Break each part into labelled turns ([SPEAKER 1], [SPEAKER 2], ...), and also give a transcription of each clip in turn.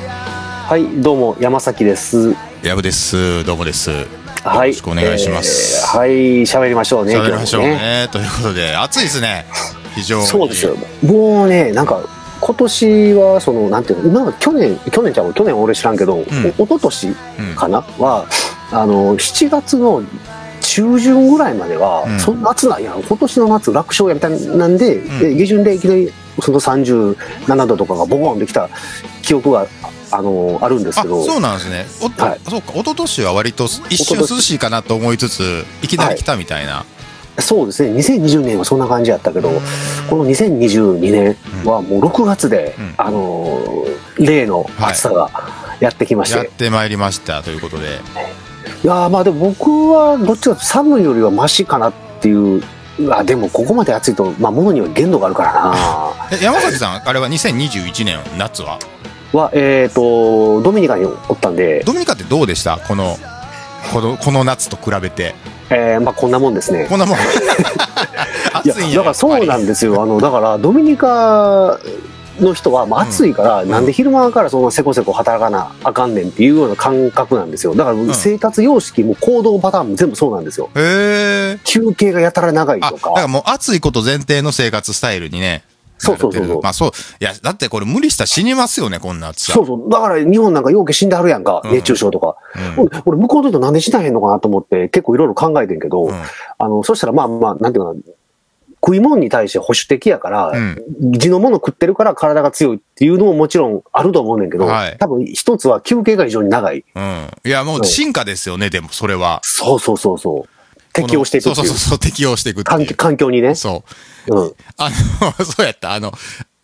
[SPEAKER 1] はいどうも山崎です
[SPEAKER 2] やぶです。どうもです。よ
[SPEAKER 1] はい
[SPEAKER 2] ろしくお願いします。
[SPEAKER 1] えーはい喋りましょうね
[SPEAKER 2] 喋りましょう
[SPEAKER 1] 今日も
[SPEAKER 2] ね。ということで、暑いですね。非常に。
[SPEAKER 1] そうですよ。もうねなんか今年はそのなんていうのなんか去年去年ちゃうわ去年俺知らんけど、お一昨年
[SPEAKER 2] うん。
[SPEAKER 1] かなはあの7月の中旬ぐらいまでは、
[SPEAKER 2] うん
[SPEAKER 1] その夏なんや今年の夏楽勝やみたいなんで,で、
[SPEAKER 2] ん
[SPEAKER 1] 下旬でいきなりその37度とかがボコンできた記憶がああのあるんです
[SPEAKER 2] あ、
[SPEAKER 1] けど
[SPEAKER 2] そうなんですね。おっと
[SPEAKER 1] はい
[SPEAKER 2] そうか、一昨年は割と一瞬涼しいかなと思いつつ、いきなり来たみたいな。
[SPEAKER 1] そうですね2020年はそんな感じやったけどこの2022年はもう6月で、
[SPEAKER 2] うん
[SPEAKER 1] あの例の暑さがやってきまして、
[SPEAKER 2] やっ
[SPEAKER 1] い、
[SPEAKER 2] てまいりましたということで。
[SPEAKER 1] やーまあでも僕はどっちかというと寒いよりはマシかなっていうあでもここまで暑いと、まあ、物には限度がある からな
[SPEAKER 2] え山崎さん、あれは2021年夏は
[SPEAKER 1] はえっ、とドミニカにおったんで、
[SPEAKER 2] ドミニカってどうでしたこの、この、この夏と比べて。
[SPEAKER 1] えーまあ、こんなもんですね
[SPEAKER 2] こん なもん。 暑いんや
[SPEAKER 1] だからそうなんですよあのだからドミニカの人はまあ暑いから、
[SPEAKER 2] ん
[SPEAKER 1] なんで昼間からそんなせこせこ働かなあかんねんっていうような感覚なんですよだから生活様式も行動パターンも全部そうなんですよ
[SPEAKER 2] へえ。
[SPEAKER 1] 休憩がやたら長い
[SPEAKER 2] あ、
[SPEAKER 1] と
[SPEAKER 2] だから
[SPEAKER 1] か
[SPEAKER 2] もう暑いこと前提の生活スタイルにね。
[SPEAKER 1] そうそうそうそう
[SPEAKER 2] 慣れてるまあそう。いや、だってこれ無理したら死にますよね、こんな暑さ。
[SPEAKER 1] そうそうだから日本なんか陽気死んではるやんか、
[SPEAKER 2] うん
[SPEAKER 1] 熱中症とか、
[SPEAKER 2] うん。
[SPEAKER 1] 俺俺向こうの人なんで死なへんのかなと思って結構いろいろ考えてんけど、
[SPEAKER 2] うん
[SPEAKER 1] あのそしたらまあまあなんていうかな食い物に対して保守的やから、
[SPEAKER 2] うん。
[SPEAKER 1] 地のもの食ってるから体が強いっていうのももちろんあると思うねんけど、
[SPEAKER 2] はい
[SPEAKER 1] 多分一つは休憩が非常に長い。
[SPEAKER 2] うん。いや、もう進化ですよね、でもそれは。
[SPEAKER 1] そうそうそうそう。適応していくって
[SPEAKER 2] そう
[SPEAKER 1] い
[SPEAKER 2] そう
[SPEAKER 1] う
[SPEAKER 2] そうそう、適応していくって
[SPEAKER 1] 環
[SPEAKER 2] い
[SPEAKER 1] 境
[SPEAKER 2] う。
[SPEAKER 1] 環境にね。
[SPEAKER 2] そう。
[SPEAKER 1] うん。
[SPEAKER 2] あの、 そうやった。あの、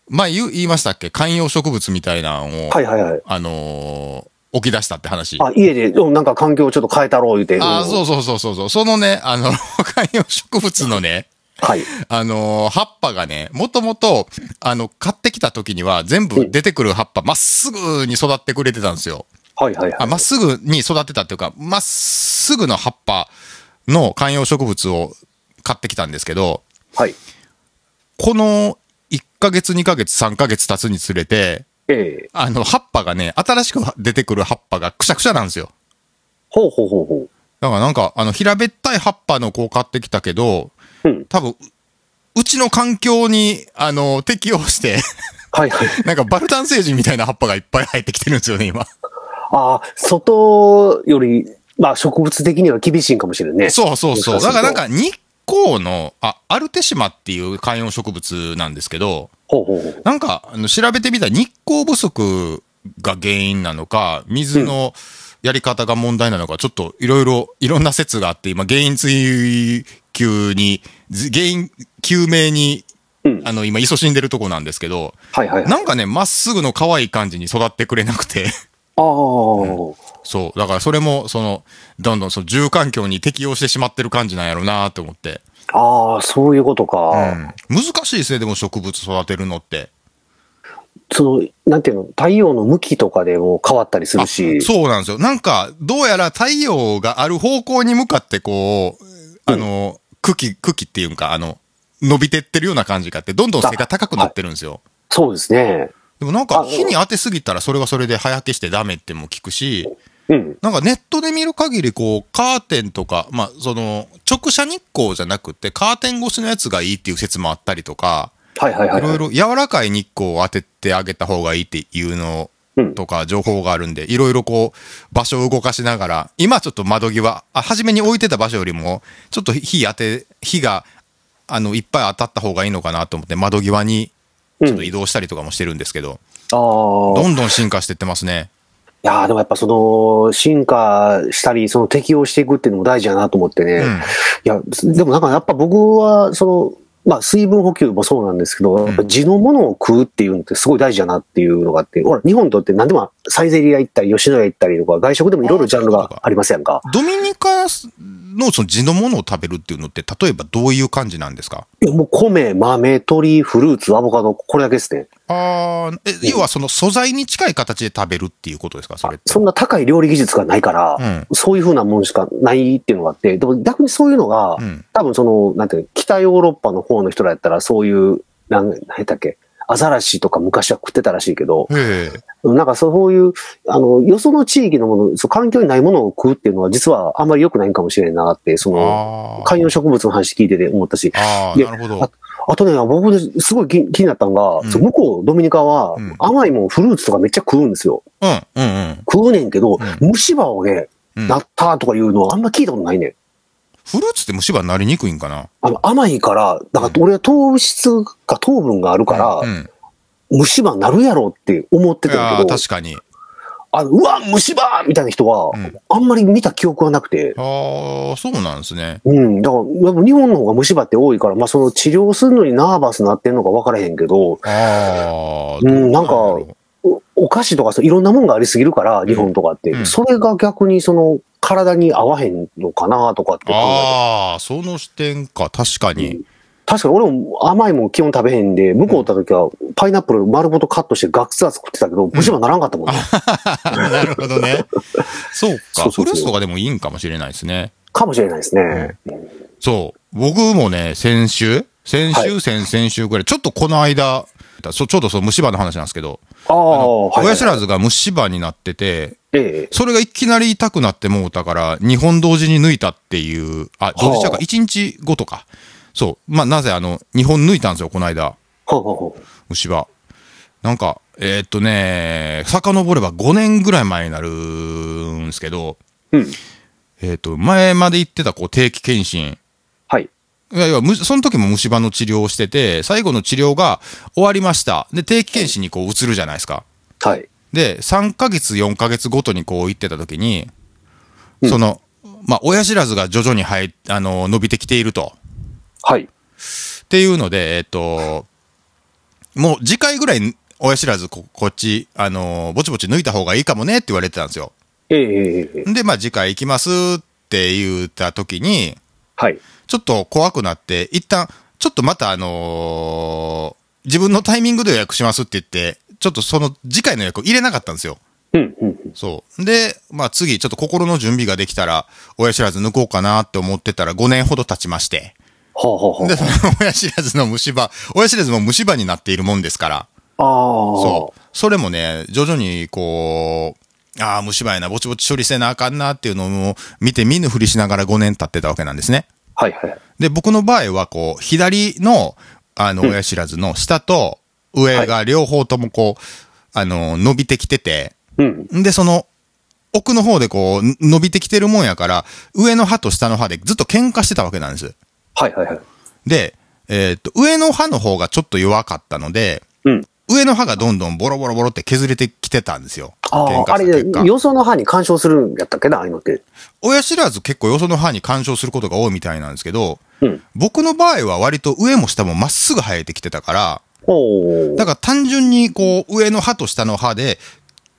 [SPEAKER 2] 前言う言いましたっけ観葉植物みたいなのを、
[SPEAKER 1] はいはいはい。
[SPEAKER 2] あのー、起き出したって話。
[SPEAKER 1] あ、家で、うんなんか環境をちょっと変えたろう言うて。
[SPEAKER 2] ああ、
[SPEAKER 1] うん
[SPEAKER 2] そうそうそうそうそう。そのね、あの、 観葉植物のね、
[SPEAKER 1] はい。
[SPEAKER 2] あのー葉っぱがね、もともと、あの、買ってきた時には全部出てくる葉っぱ、まっすぐに育ってくれてたんですよ。
[SPEAKER 1] はいはいは
[SPEAKER 2] あ、
[SPEAKER 1] い。
[SPEAKER 2] まっすぐに育ってたっていうか、まっすぐの葉っぱの観葉植物を買ってきたんですけど、
[SPEAKER 1] はい。
[SPEAKER 2] この1ヶ月、2ヶ月、3ヶ月経つにつれて、
[SPEAKER 1] ええ
[SPEAKER 2] あの、葉っぱがね、新しく出てくる葉っぱがくしゃくしゃなんですよ。
[SPEAKER 1] ほうほうほうほ
[SPEAKER 2] だからなんか、あの、平べったい葉っぱの子を買ってきたけど、
[SPEAKER 1] う。うん。
[SPEAKER 2] 多分、ううちの環境に、あの、適応して、
[SPEAKER 1] はい はい。
[SPEAKER 2] なんかバルタン星人みたいな葉っぱがいっぱい生えてきてるんですよね、今。
[SPEAKER 1] ああ、外より、まあ植物的には厳しいんかもしれんね。
[SPEAKER 2] そうそうそ
[SPEAKER 1] そ
[SPEAKER 2] う。だ
[SPEAKER 1] うそうそう
[SPEAKER 2] からなんか日光の、あ、アルテシマっていう観葉植物なんですけど、
[SPEAKER 1] ほうほうほう。
[SPEAKER 2] なんか、あの、調べてみたら日光不足が原因なのか、水のやり方が問題なのか、ちょっといろいろ、いろんな説があって、今、原因追求に、ず原因究明に、
[SPEAKER 1] うん
[SPEAKER 2] あの、今、勤しんでるとこなんですけど、
[SPEAKER 1] はいはいはい。あ
[SPEAKER 2] なんかね、まっすぐの可愛い感じに育ってくれなくて、
[SPEAKER 1] あー、
[SPEAKER 2] そう。だからそれも、その、どんどんその住環境に適応してしまってる感じなんやろうなと思って。
[SPEAKER 1] ああ、そういうことか。
[SPEAKER 2] うん難しいですね、でも植物育てるのって。
[SPEAKER 1] その、なんていうの、太陽の向きとかでも変わったりするし。
[SPEAKER 2] そうなんですよ。なんか、どうやら太陽がある方向に向かってこう、あの、茎、茎っていうんか、あの、伸びてってるような感じがあって、どんどん背が高くなってるんですよ。
[SPEAKER 1] そうですね。
[SPEAKER 2] でもなん
[SPEAKER 1] あ
[SPEAKER 2] か、
[SPEAKER 1] うん
[SPEAKER 2] 火に当てすぎたらそれはそれで早消してダメっても聞くし、
[SPEAKER 1] うん。
[SPEAKER 2] なんかネットで見る限り、こう、カーテンとか、まあ、その、直射日光じゃなくて、カーテン越しのやつがいいっていう説もあったりとか、
[SPEAKER 1] はいはいはいいは
[SPEAKER 2] ろ
[SPEAKER 1] い。
[SPEAKER 2] いろ柔らかい日光を当ててあげた方がいいっていうの
[SPEAKER 1] うん
[SPEAKER 2] とか情報があるんで、いろいろこう場所を動かしながら、今ちょっと窓際、あ初めに置いてた場所よりも、ちょっと火当て、火があのいっぱい当たった方がいいのかなと思って、窓際にちょっと移動したりとかもしてるんですけど、
[SPEAKER 1] ああ。
[SPEAKER 2] どんどん進化してってますね。
[SPEAKER 1] いやーでもやっぱその、進化したり、その適応していくっていうのも大事だなと思ってね。
[SPEAKER 2] う
[SPEAKER 1] い
[SPEAKER 2] ん。
[SPEAKER 1] や、でもなんかやっぱ僕は、その、まあ水分補給もそうなんですけど、やっぱ地のものを食うっていうのってすごい大事だなっていうのがあって、ほら、日本にとって何でもサイゼリア行ったり、吉野家行ったりとか、外食でもいろいろジャンルがありますやんか。
[SPEAKER 2] ドミニカのその地のものを食べるっていうのって、例えばどういう感じなんですか
[SPEAKER 1] いやもう米、豆、鶏、フルーツ、アボカド、これだけですね。
[SPEAKER 2] ああ、え、要はその素材に近い形で食べるっていうことですかそれって。
[SPEAKER 1] そんな高い料理技術がないから、
[SPEAKER 2] うん
[SPEAKER 1] そういうふうなもんしかないっていうのがあって、でも逆にそういうのが、
[SPEAKER 2] うん
[SPEAKER 1] 多分その、なんていうの北ヨーロッパの方の人らやったら、そういう、なん、なんやったっけ、アザラシとか昔は食ってたらしいけど、
[SPEAKER 2] へえ。
[SPEAKER 1] なんかそういう、あの、よその地域のもの、そう環境にないものを食うっていうのは実はあんまり良くないんかもしれんなって、その、
[SPEAKER 2] あー
[SPEAKER 1] 観葉植物の話聞いてて思ったし、
[SPEAKER 2] あー、
[SPEAKER 1] で
[SPEAKER 2] なるほど。
[SPEAKER 1] あとね、僕ですごい気気になったのが、
[SPEAKER 2] うん
[SPEAKER 1] そう向こう、ドミニカは
[SPEAKER 2] うん
[SPEAKER 1] 甘いもん、フルーツとかめっちゃ食うんですよ。
[SPEAKER 2] うん、うん、うん
[SPEAKER 1] 食うねんけど、
[SPEAKER 2] う
[SPEAKER 1] 虫歯をね、
[SPEAKER 2] うん。
[SPEAKER 1] なったとかいうのはあんま聞いたことないねん。
[SPEAKER 2] フルーツって虫歯になりにくいんかな
[SPEAKER 1] あの甘いから、だから俺は糖質か糖分があるから、
[SPEAKER 2] うん。うん
[SPEAKER 1] 虫歯になるやろって思ってた
[SPEAKER 2] あ
[SPEAKER 1] け
[SPEAKER 2] あ、
[SPEAKER 1] ど、
[SPEAKER 2] 確かに。
[SPEAKER 1] あのうわ、虫歯みたいな人は、
[SPEAKER 2] うん
[SPEAKER 1] あんまり見た記憶はなくて、
[SPEAKER 2] ああ、そうなんですね。
[SPEAKER 1] うん、だから、やっぱ日本の方が虫歯って多いから、まあその治療するのにナーバスになってんのか分からへんけど、
[SPEAKER 2] ああ、
[SPEAKER 1] うんなんか
[SPEAKER 2] どうだろ
[SPEAKER 1] おお菓子とかそういろんなもんがありすぎるから、日本とかって、
[SPEAKER 2] うん
[SPEAKER 1] それが逆にその体に合わへんのかなとかって考えて
[SPEAKER 2] うああ、その視点か、確かに。
[SPEAKER 1] 確かに俺も甘いもん基本食べへんで、向こうおった時はパイナップル丸ごとカットしてガッツアツ食ってたけど、虫歯ならんかったもんね。
[SPEAKER 2] なるほどね。そう
[SPEAKER 1] そう
[SPEAKER 2] か。
[SPEAKER 1] そうそう
[SPEAKER 2] フルーツとかでもいいんかもしれないですね。
[SPEAKER 1] かもしれないですね。
[SPEAKER 2] そう。僕もね、先週、先週、
[SPEAKER 1] は
[SPEAKER 2] 先々週ぐらい、ちょっとこの間、そちょうどその虫歯の話なんですけど、
[SPEAKER 1] あ
[SPEAKER 2] あ
[SPEAKER 1] あ、
[SPEAKER 2] の
[SPEAKER 1] はい、
[SPEAKER 2] 親
[SPEAKER 1] はい
[SPEAKER 2] 知。らずが虫歯になってて、
[SPEAKER 1] ええ。
[SPEAKER 2] それがいきなり痛くなってもうたから、2本同時に抜いたっていう、あ、同時じゃうか、
[SPEAKER 1] はあ
[SPEAKER 2] 1日後とか。そう。まあ、なぜあの、2本抜いたんですよ、この間。
[SPEAKER 1] ほうほうほう。
[SPEAKER 2] 虫歯。なんか、えーっとね、遡れば5年ぐらい前になるんですけど、
[SPEAKER 1] うん。
[SPEAKER 2] えーっと、前まで行ってたこう定期検診。
[SPEAKER 1] はい。
[SPEAKER 2] いやいや、むその時も虫歯の治療をしてて、最後の治療が終わりました。で、定期検診にこう移るじゃないですか。
[SPEAKER 1] はい。
[SPEAKER 2] で、3ヶ月、4ヶ月ごとにこう行ってた時に、
[SPEAKER 1] うん
[SPEAKER 2] その、まあ、親知らずが徐々に生え、あの、伸びてきていると。
[SPEAKER 1] はい。
[SPEAKER 2] っていうので、えっと、もう次回ぐらい、親知らずこ、こっち、あのーぼちぼち抜いた方がいいかもねって言われてたんですよ。
[SPEAKER 1] ええええええ。
[SPEAKER 2] で、まあ次回行きますって言った時に、
[SPEAKER 1] はい。
[SPEAKER 2] ちょっと怖くなって、一旦、ちょっとまたあのー自分のタイミングで予約しますって言って、ちょっとその次回の予約を入れなかったんですよ。
[SPEAKER 1] うん、うん。
[SPEAKER 2] そう。で、まあ次、ちょっと心の準備ができたら、親知らず抜こうかなって思ってたら5年ほど経ちまして。
[SPEAKER 1] ほうほうほう
[SPEAKER 2] で、。その親知らずの虫歯、親知らずも虫歯になっているもんですから、
[SPEAKER 1] あ
[SPEAKER 2] そう。それもね、徐々にこう、ああ、虫歯やな、ぼちぼち処理せなあかんなっていうのを見て見ぬふりしながら5年経ってたわけなんですね。
[SPEAKER 1] あ。はいはい。
[SPEAKER 2] で、僕の場合は、こう、左の、あの、
[SPEAKER 1] うん
[SPEAKER 2] 親知らずの下と上が両方ともこう、あの、伸びてきてて、
[SPEAKER 1] うん。
[SPEAKER 2] で、その、奥の方でこう、伸びてきてるもんやから、上の歯と下の歯でずっと喧嘩してたわけなんです。
[SPEAKER 1] はいはいはい。
[SPEAKER 2] で、えーっと、上の歯の方がちょっと弱かったので、
[SPEAKER 1] うん。
[SPEAKER 2] 上の歯がどんどんボロボロボロって削れてきてたんですよ。
[SPEAKER 1] あ
[SPEAKER 2] 喧
[SPEAKER 1] あ、あ
[SPEAKER 2] 嘩した
[SPEAKER 1] れ
[SPEAKER 2] 結果、
[SPEAKER 1] よその歯に干渉するんやったっけな、ああいうのって。
[SPEAKER 2] 親知らず結構よその歯に干渉することが多いみたいなんですけど、
[SPEAKER 1] うん。
[SPEAKER 2] 僕の場合は割と上も下もまっすぐ生えてきてたから、
[SPEAKER 1] おお。
[SPEAKER 2] だから単純にこう、上の歯と下の歯で、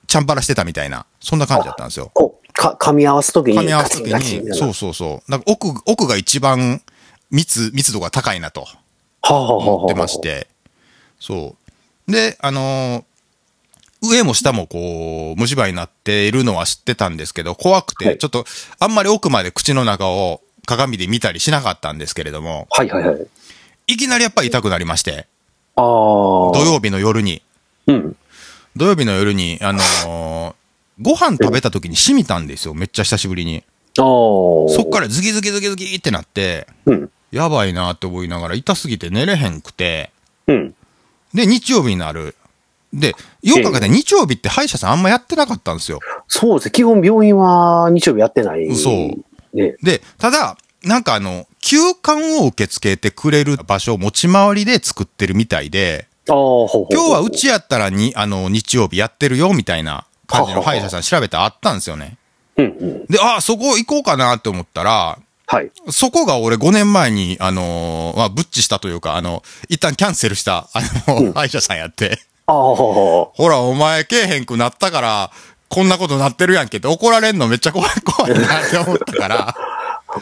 [SPEAKER 2] チャンバラしてたみたいな、そんな感じだったんですよ。
[SPEAKER 1] こう、か、噛み合わすときに。
[SPEAKER 2] 噛み合わせ時
[SPEAKER 1] ガチンガチンみた
[SPEAKER 2] に、
[SPEAKER 1] いな
[SPEAKER 2] そうそうそう。なんか奥、奥が一番密、密度が高いなと。
[SPEAKER 1] はあはあはあは
[SPEAKER 2] 思
[SPEAKER 1] あ
[SPEAKER 2] ってまし。て、そう。で、あのー上も下もこう、虫歯になっているのは知ってたんですけど、怖く
[SPEAKER 1] は
[SPEAKER 2] て、
[SPEAKER 1] い
[SPEAKER 2] ちょっと、あんまり奥まで口の中を鏡で見たりしなかったんですけれども、
[SPEAKER 1] はいはいはい。
[SPEAKER 2] いきなりやっぱり痛くなりまして、
[SPEAKER 1] ああ。
[SPEAKER 2] 土曜日の夜に、
[SPEAKER 1] うん。
[SPEAKER 2] 土曜日の夜に、あのーご飯食べた時にしみたんですよ、めっちゃ久しぶりに。
[SPEAKER 1] ああ。そ
[SPEAKER 2] そっからズキズキズキズキってなって、
[SPEAKER 1] ら。うん。
[SPEAKER 2] やばいなって思いながら痛すぎて寝れへんくて、
[SPEAKER 1] うん。
[SPEAKER 2] で、日曜日になる。で、よく考えたら日曜日って歯医者さんあんまやってなかったんですよ。
[SPEAKER 1] そうですね。基本病院は日曜日やってない。
[SPEAKER 2] そう
[SPEAKER 1] ね。
[SPEAKER 2] で、ただ、なんかあの、休館を受け付けてくれる場所を持ち回りで作ってるみたいで、
[SPEAKER 1] ああ、ほうほう。
[SPEAKER 2] 今日はう。ちやったらに、あの、日曜日やってるよみたいな感じの歯医者さん調べたらあったんですよね。
[SPEAKER 1] うんうん。
[SPEAKER 2] で、ああ、そこ行こうかなって思ったら、
[SPEAKER 1] はい。
[SPEAKER 2] そこが俺5年前に、あのーまあ、ブッチしたというか、あの、一旦キャンセルした、あの、歯医者さんやって。
[SPEAKER 1] ああ、ほうほ
[SPEAKER 2] ほら、お前、けえへんくなったから、こんなことなってるやんけって怒られんのめっちゃ怖い、怖いなって思った から、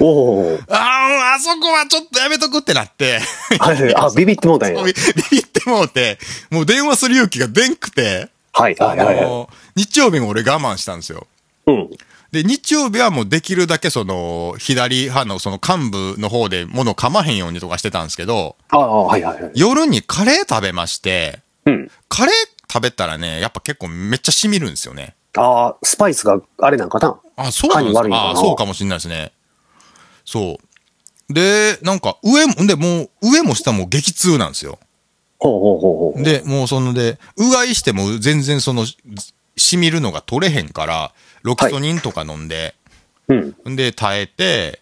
[SPEAKER 1] う。おお。
[SPEAKER 2] ああ、あそこはちょっとやめとくってなって、
[SPEAKER 1] はいはい。あ、ビビってもうたんや。
[SPEAKER 2] ビ
[SPEAKER 1] はい
[SPEAKER 2] ビってもうて、もう電話する勇気がでんくて、
[SPEAKER 1] はい
[SPEAKER 2] あ
[SPEAKER 1] はいはい。
[SPEAKER 2] の、日曜日も俺我慢したんですよ。
[SPEAKER 1] うん。
[SPEAKER 2] で、日曜日はもうできるだけその、左派のその幹部の方で物噛まへんようにとかしてたんですけど、
[SPEAKER 1] ああ、はいはいはい。
[SPEAKER 2] 夜にカレー食べまして、
[SPEAKER 1] うん。
[SPEAKER 2] カレー食べたらね、やっぱ結構めっちゃ染みるんですよね。
[SPEAKER 1] ああ、スパイスがあれなんかな。
[SPEAKER 2] あ、そうなんで
[SPEAKER 1] 歯に悪
[SPEAKER 2] す
[SPEAKER 1] いのか
[SPEAKER 2] か。
[SPEAKER 1] な
[SPEAKER 2] あ、そうかもしれないですね。そう。で、なんか上も、で、もう上も下も激痛なんですよ。
[SPEAKER 1] ほうほうほうほう。
[SPEAKER 2] で、もうそので、うがいしても全然その、し染みるのが取れへんから、ロキソニンとか飲んで、
[SPEAKER 1] うん。
[SPEAKER 2] で、耐えて、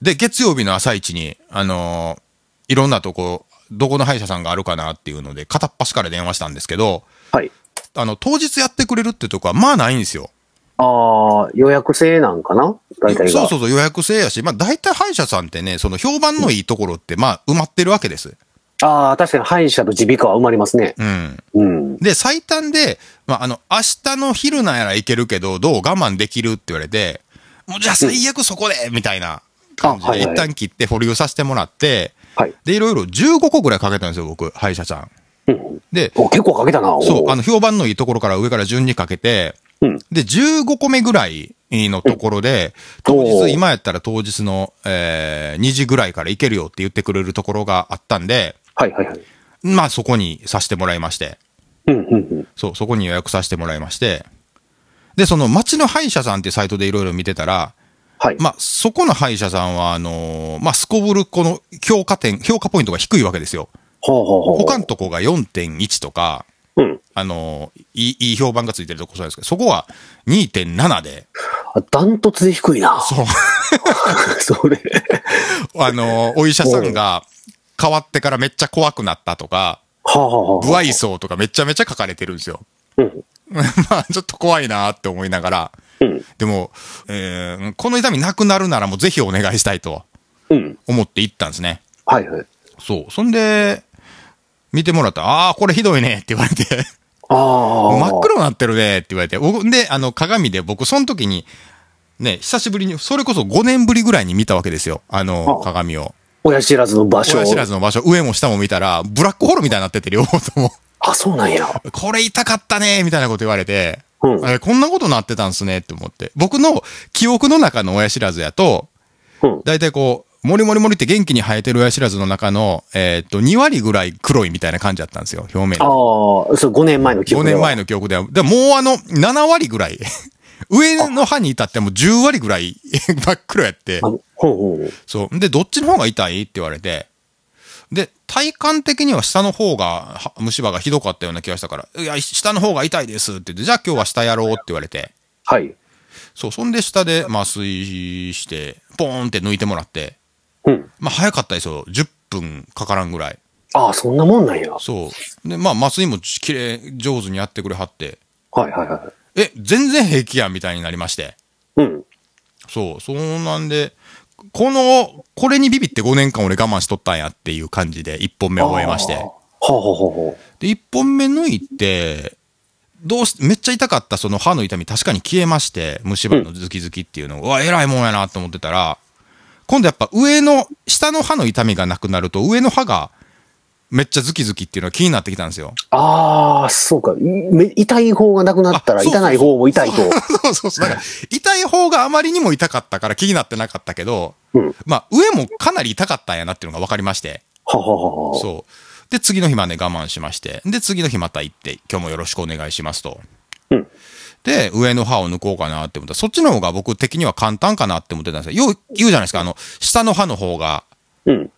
[SPEAKER 2] で、月曜日の朝一に、あのーいろんなとこ、どこの歯医者さんがあるかなっていうので、片っ端から電話したんですけど、
[SPEAKER 1] はい。
[SPEAKER 2] あの、当日やってくれるってとこは、まあないんですよ。
[SPEAKER 1] ああ、予約制なんかな大体が。
[SPEAKER 2] そうそうそう、予約制やし、まあ大体歯医者さんってね、その評判のいいところって、まあ埋まってるわけです。
[SPEAKER 1] ああ、確かに歯医者と耳鼻科は埋まりますね。
[SPEAKER 2] うん。
[SPEAKER 1] うん。
[SPEAKER 2] で、最短で、まあ、あの、明日の昼なんやらいけるけど、どう我慢できるって言われて、もうじゃあ最悪そこでみたいな感じ
[SPEAKER 1] あは
[SPEAKER 2] で、
[SPEAKER 1] いはい
[SPEAKER 2] 一旦切って保留させてもらって、
[SPEAKER 1] はい。
[SPEAKER 2] で、いろいろ15個ぐらいかけたんですよ、僕、歯医者さん。
[SPEAKER 1] うん。
[SPEAKER 2] で、
[SPEAKER 1] お結構かけたな。お
[SPEAKER 2] そう、あの、評判のいいところから上から順にかけて、
[SPEAKER 1] うん。
[SPEAKER 2] で、15個目ぐらいのところで、
[SPEAKER 1] うん
[SPEAKER 2] 当
[SPEAKER 1] お
[SPEAKER 2] 日、
[SPEAKER 1] ー
[SPEAKER 2] 今やったら当日の、えー2時ぐらいから行けるよって言ってくれるところがあったんで、
[SPEAKER 1] はいはいはい。
[SPEAKER 2] まあそこにさせてもらいまして、
[SPEAKER 1] うんうんうん。
[SPEAKER 2] そう、そこに予約させてもらいまして、で、その町の歯医者さんっていうサイトでいろいろ見てたら、
[SPEAKER 1] はい。
[SPEAKER 2] まあそこの歯医者さんは、あのーまあすこぶるこの評価点、評価ポイントが低いわけですよ。
[SPEAKER 1] ほうほうほう。
[SPEAKER 2] 他のとこが4.1とか、
[SPEAKER 1] うん。
[SPEAKER 2] あのーいい、いい評判がついてるとこそうなんですけど、そこは2.7で、
[SPEAKER 1] あダントツで低いな。
[SPEAKER 2] そう。
[SPEAKER 1] それ。
[SPEAKER 2] あの、お医者さんが変わってからめっちゃ怖くなったとか、
[SPEAKER 1] はあ、はあはあ、
[SPEAKER 2] 不愛想とかめちゃめちゃ書かれてるんですよ。
[SPEAKER 1] うん。
[SPEAKER 2] まあ、ちょっと怖いなって思いながら。
[SPEAKER 1] うん。
[SPEAKER 2] でも、えーこの痛みなくなるならもうぜひお願いしたいと
[SPEAKER 1] うん。
[SPEAKER 2] 思って行ったんですね。
[SPEAKER 1] はいはい。
[SPEAKER 2] そう。そんで、見てもらったら、ああー、これひどいねって言われて、
[SPEAKER 1] ああ。
[SPEAKER 2] 真っ黒になってるねって言われて、僕で、あの、鏡で僕、その時に、ね、久しぶりに、それこそ5年ぶりぐらいに見たわけですよ。あの、
[SPEAKER 1] あ
[SPEAKER 2] 鏡を。
[SPEAKER 1] 親知らずの場所。
[SPEAKER 2] 親知らずの場所、上も下も見たら、ブラックホールみたいになってて、両方と も。
[SPEAKER 1] あ、そうなんや。
[SPEAKER 2] これ痛かったねみたいなこと言われて、
[SPEAKER 1] うん
[SPEAKER 2] えこんなことなってたんすねって思って。僕の記憶の中の親知らずやと、
[SPEAKER 1] うん。
[SPEAKER 2] だいたいこう、もりもりもりって元気に生えてる親知らずの中の、えーっと、2割ぐらい黒いみたいな感じだったんですよ、表面。
[SPEAKER 1] ああ、そう、5年前の記
[SPEAKER 2] 5
[SPEAKER 1] 憶では。
[SPEAKER 2] 年前の記憶では。でももうあの、7割ぐらい。 上の歯に至っても10割ぐらい 真っ黒やって。
[SPEAKER 1] あ。ほうほうほう。
[SPEAKER 2] そう。で、どっちの方が痛いって言われて。で、体感的には下の方が、は虫歯がひどかったような気がしたから、いや、下の方が痛いですって言って、じゃあ今日は下やろうって言われて。
[SPEAKER 1] はい。
[SPEAKER 2] そう、そんで下で麻酔して、ポーンって抜いてもらって。
[SPEAKER 1] うん。
[SPEAKER 2] まあ早かったですよ。10分かからんぐらい。
[SPEAKER 1] ああ、そんなもんなんや。は
[SPEAKER 2] そう。で、まあ麻酔も綺麗、上手にやってくれはって。
[SPEAKER 1] いはいはい。
[SPEAKER 2] え、全然平気やんみたいになりまして。
[SPEAKER 1] うん。
[SPEAKER 2] そう、そうなんで、この、これにビビって5年間俺我慢しとったんやっていう感じで1本目終えまして
[SPEAKER 1] あー。ほうほうほうほう。
[SPEAKER 2] で、1本目抜いて、どうし、めっちゃ痛かったその歯の痛み確かに消えまして、虫歯のズキズキっていうのを、うわ、偉いもんやなと思ってたら、今度やっぱ上の、下の歯の痛みがなくなると、上の歯が、めっちゃズキズキっていうのが気になってきたんですよ。
[SPEAKER 1] ああ、そうか。いめ痛い方がなくなった
[SPEAKER 2] あ
[SPEAKER 1] ら、
[SPEAKER 2] そうそう
[SPEAKER 1] 痛ない方も痛いと。
[SPEAKER 2] そうそうそう。なんか、痛い方があまりにも痛かったから気になってなかったけど、
[SPEAKER 1] うん。
[SPEAKER 2] まあ、上もかなり痛かったんやなっていうのが分かりまして。
[SPEAKER 1] はははは。
[SPEAKER 2] そう。で、次の日まで我慢しまして、で、次の日また行って、今日もよろしくお願いしますと。
[SPEAKER 1] うん
[SPEAKER 2] で、上の歯を抜こうかなって思ったら、そっちの方が僕的には簡単かなって思ってたんですよ。よう言うじゃないですか、あの、下の歯の方が、
[SPEAKER 1] うん。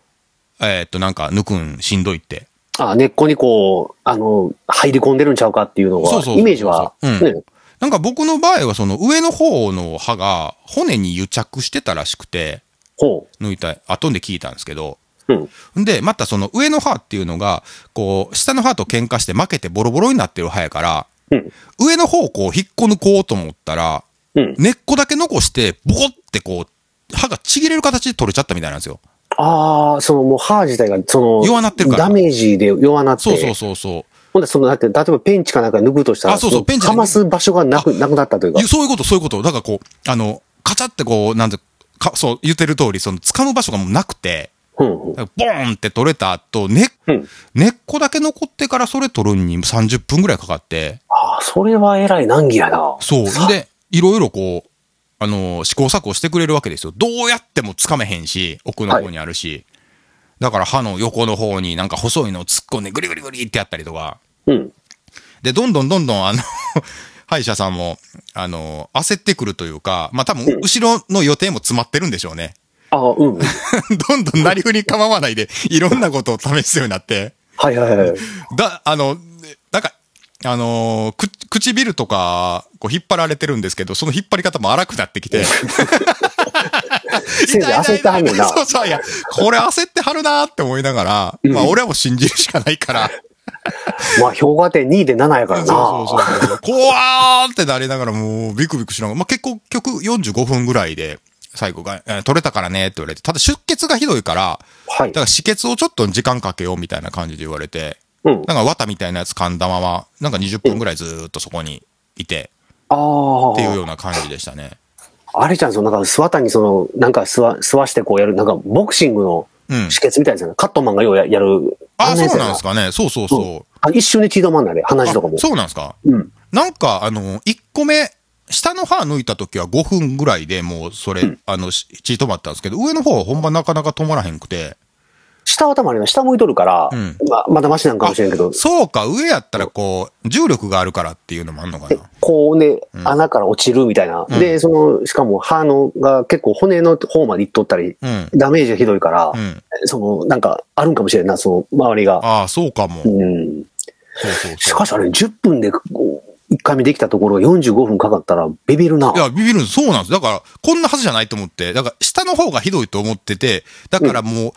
[SPEAKER 2] えーっと、なんか抜くんしんどいって。
[SPEAKER 1] あ、根っこにこう、あの、入り込んでるんちゃうかっていうのが、
[SPEAKER 2] そうそう
[SPEAKER 1] イメージは、
[SPEAKER 2] そうそううん
[SPEAKER 1] ね。
[SPEAKER 2] なんか僕の場合は、その上の方の歯が骨に癒着してたらしくて、
[SPEAKER 1] ほ
[SPEAKER 2] 抜いた、後で聞いたんですけど、
[SPEAKER 1] う。うん。
[SPEAKER 2] んで、またその上の歯っていうのが、こう、下の歯と喧嘩して負けてボロボロになってる歯やから、
[SPEAKER 1] うん。
[SPEAKER 2] 上の方をこう引っこ抜こうと思ったら、
[SPEAKER 1] うん。
[SPEAKER 2] 根っこだけ残して、ボコってこう、歯がちぎれる形で取れちゃったみたいなんですよ。
[SPEAKER 1] ああ、そのもう歯自体が、その、
[SPEAKER 2] 弱なってるから
[SPEAKER 1] ダメージで弱なって。
[SPEAKER 2] そうそうそうそ
[SPEAKER 1] ほんで、その、だって、例えばペンチかなんか抜くとしたら、
[SPEAKER 2] あそうそう
[SPEAKER 1] の
[SPEAKER 2] ペンチで
[SPEAKER 1] かます場所がなく、なくなったという
[SPEAKER 2] う。
[SPEAKER 1] か
[SPEAKER 2] い。そういうこと、そういうこと。だからこう、あの、カチャってこう、なんて、か、そう、言ってる通り、その、掴む場所がもうなくて、
[SPEAKER 1] うんうん。
[SPEAKER 2] だからボーンって取れた後、根、
[SPEAKER 1] うん。
[SPEAKER 2] 根っこだけ残ってからそれ取るに30分ぐらいかかって、
[SPEAKER 1] ああ、それは偉い難儀やな。
[SPEAKER 2] そう。で、いろいろこう、あのー試行錯誤してくれるわけですよ。どうやってもつかめへんし、奥の方にあるし。だから歯の横の方になんか細いのを突っ込んでグリグリグリってやったりとか、
[SPEAKER 1] うん。
[SPEAKER 2] で、どんどんどんどん、あの、 歯医者さんも、あの、焦ってくるというか、まあ多分、後ろの予定も詰まってるんでしょうね。
[SPEAKER 1] ああ、うん。
[SPEAKER 2] どんどんなりふり構わないで、いろんなことを試すようになって、
[SPEAKER 1] はいはいはい。
[SPEAKER 2] だ、あの、なんか、あのーく、唇とか、こう引っ張られてるんですけど、その引っ張り方も荒くなって きて。
[SPEAKER 1] せいぜい焦ってはんねんな
[SPEAKER 2] そうそう、いや、これ焦ってはるなーって思いながら、
[SPEAKER 1] ん
[SPEAKER 2] まあ俺はもう信じるしかないから。
[SPEAKER 1] まあ、評価点2.7やからな。
[SPEAKER 2] そうそうそうそう。怖ーってなりながらもうビクビクしながら、まあ結構曲45分ぐらいで、最後が、えー取れたからねって言われて、ただ出血がひどいから、
[SPEAKER 1] はい
[SPEAKER 2] だか。ら止血をちょっと時間かけようみたいな感じで言われて、
[SPEAKER 1] うん。
[SPEAKER 2] なんか綿みたいなやつ噛んだまま、なんか20分ぐらいずーっとそこにいて、
[SPEAKER 1] あ
[SPEAKER 2] っていう
[SPEAKER 1] あ。
[SPEAKER 2] ような感じでしたね。
[SPEAKER 1] あれじゃん、そのなんか、諏訪谷、その、なんか、諏訪、諏訪してこうやる、なんか、ボクシングの
[SPEAKER 2] うん。
[SPEAKER 1] 止血みたいなやつやなカットマンがようややる。
[SPEAKER 2] あ、
[SPEAKER 1] のや
[SPEAKER 2] そ
[SPEAKER 1] つ
[SPEAKER 2] う
[SPEAKER 1] や
[SPEAKER 2] なんですかね。そうそうそう。
[SPEAKER 1] あ一瞬で血止まんないで、鼻血とかも
[SPEAKER 2] あ。そうなんですか。
[SPEAKER 1] うん。
[SPEAKER 2] なんか、あの、1個目、下の歯抜いた時は5分ぐらいでもうそれ、あの、し血止まったんですけど、上の方はほんまなかなか止まらへんくて、
[SPEAKER 1] 下はたまに下向いとるから、
[SPEAKER 2] うん
[SPEAKER 1] まあまだマシなんかもしれんけど、
[SPEAKER 2] そうか、上やったらこう、重力があるからっていうのもあんのかな。
[SPEAKER 1] こうね、穴から落ちるみたいな。
[SPEAKER 2] うん
[SPEAKER 1] で、その、しかも歯のが結構骨の方までいっとったり、
[SPEAKER 2] うん。
[SPEAKER 1] ダメージがひどいから、
[SPEAKER 2] うん。
[SPEAKER 1] その、なんか、あるんかもしれんな、その、周りが。
[SPEAKER 2] ああ、そうかも。
[SPEAKER 1] うん。
[SPEAKER 2] そうそう
[SPEAKER 1] し
[SPEAKER 2] そ
[SPEAKER 1] かしあれ、10分でこう1回目できたところが45分かかったら、ビビるな
[SPEAKER 2] う。い。や、ビビるんです。そうなんです。だから、こんなはずじゃないと思って、だから、下の方がひどいと思ってて、だからもう、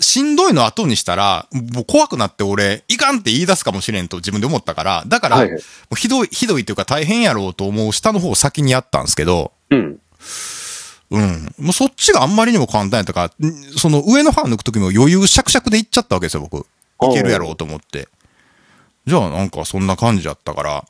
[SPEAKER 2] しんどいの後にしたら、もう怖くなって俺、いかんって言い出すかもしれんと自分で思ったから、だから、
[SPEAKER 1] はい
[SPEAKER 2] もうひどい、ひどいというか大変やろうと思う下の方を先にやったんですけど、
[SPEAKER 1] うん。
[SPEAKER 2] うん。もうそっちがあんまりにも簡単やったから、んその上の歯抜くときも余裕しゃくしゃくでいっちゃったわけですよ、僕。いけるやろうと思って。じゃあなんかそんな感じだったから。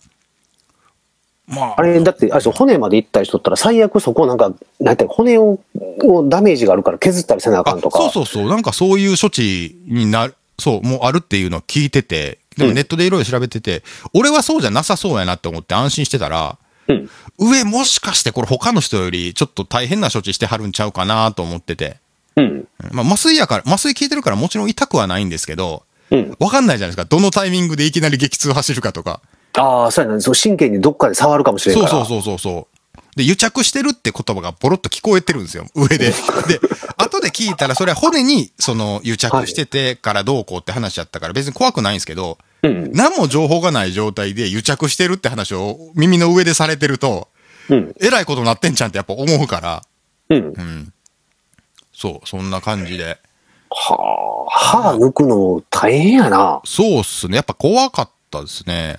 [SPEAKER 2] まあ、
[SPEAKER 1] あれ、だって、あれそう骨まで行ったりしとったら、最悪そこなんか、なんて骨を、をダメージがあるから削ったりせなあかんとか。
[SPEAKER 2] そうそうそう。なんかそういう処置になる、そう、もうあるっていうのを聞いてて、でもネットでいろいろ調べてて、俺はそうじゃなさそうやなって思って安心してたら、
[SPEAKER 1] うん
[SPEAKER 2] 上もしかしてこれ他の人よりちょっと大変な処置してはるんちゃうかなと思ってて。
[SPEAKER 1] うん。
[SPEAKER 2] うんまあ麻酔やから、麻酔効いてるからもちろん痛くはないんですけど、
[SPEAKER 1] うん。
[SPEAKER 2] わかんないじゃないですか。どのタイミングでいきなり激痛走るかとか。
[SPEAKER 1] ああ、そうやな、そう神経にどっかで触るかもしれん
[SPEAKER 2] そ
[SPEAKER 1] か
[SPEAKER 2] う
[SPEAKER 1] ら。
[SPEAKER 2] そうそうそうそう。で、癒着してるって言葉がボロッと聞こえてるんですよ、 上で。で、後で聞いたら、それは骨に、その、癒着しててからどうこうって話やったから、別に怖くないんですけど、
[SPEAKER 1] うん。
[SPEAKER 2] 何も情報がない状態で癒着してるって話を耳の上でされてると、
[SPEAKER 1] うん。
[SPEAKER 2] えらいことなってんじゃんってやっぱ思うから、
[SPEAKER 1] うん。
[SPEAKER 2] うん。そう、そんな感じで。
[SPEAKER 1] はあ、歯抜くの大変やな。
[SPEAKER 2] そうっすね。やっぱ怖かったですね。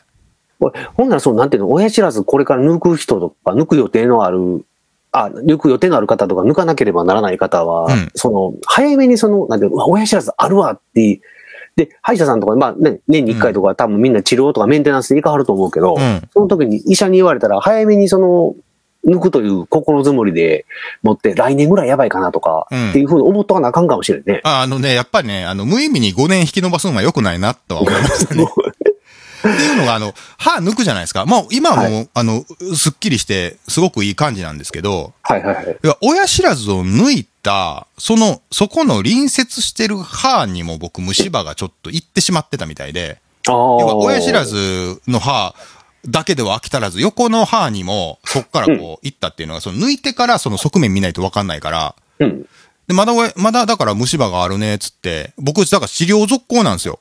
[SPEAKER 1] おほんなら、そう、なんていうの、親知らずこれから抜く人とか、抜く予定のある、あ、抜く予定のある方とか、抜かなければならない方は、
[SPEAKER 2] うん
[SPEAKER 1] その、早めにその、なんていうの、うわ親知らずあるわって、で、歯医者さんとか、まあ、ね、年に1回とか、多分みんな治療とかメンテナンスで行かはると思うけど、
[SPEAKER 2] うん。
[SPEAKER 1] その時に医者に言われたら、早めにその、抜くという心づもりで持って、来年ぐらいやばいかなとか、
[SPEAKER 2] うん
[SPEAKER 1] っていうふうに思っとかなあかんかもしれん ね。
[SPEAKER 2] ああのね、やっぱりね、あの、無意味に5年引き延ばすのは良くないなとは思いましたね。っていうのが、あの、歯抜くじゃないですか。まあ、今はもう、あの、すっきりして、すごくいい感じなんですけど、
[SPEAKER 1] はいはいはい。
[SPEAKER 2] いや親知らずを抜いた、その、そこの隣接してる歯にも僕、虫歯がちょっと行ってしまってたみたいで、
[SPEAKER 1] あ
[SPEAKER 2] 要
[SPEAKER 1] あ。
[SPEAKER 2] は親知らずの歯だけでは飽き足らず、横の歯にも、そこからこう、行ったっていうのが、その抜いてからその側面見ないとわかんないから、
[SPEAKER 1] うん。
[SPEAKER 2] で、まだ親、まだだから虫歯があるね、つって、僕、だから治療続行なんですよ。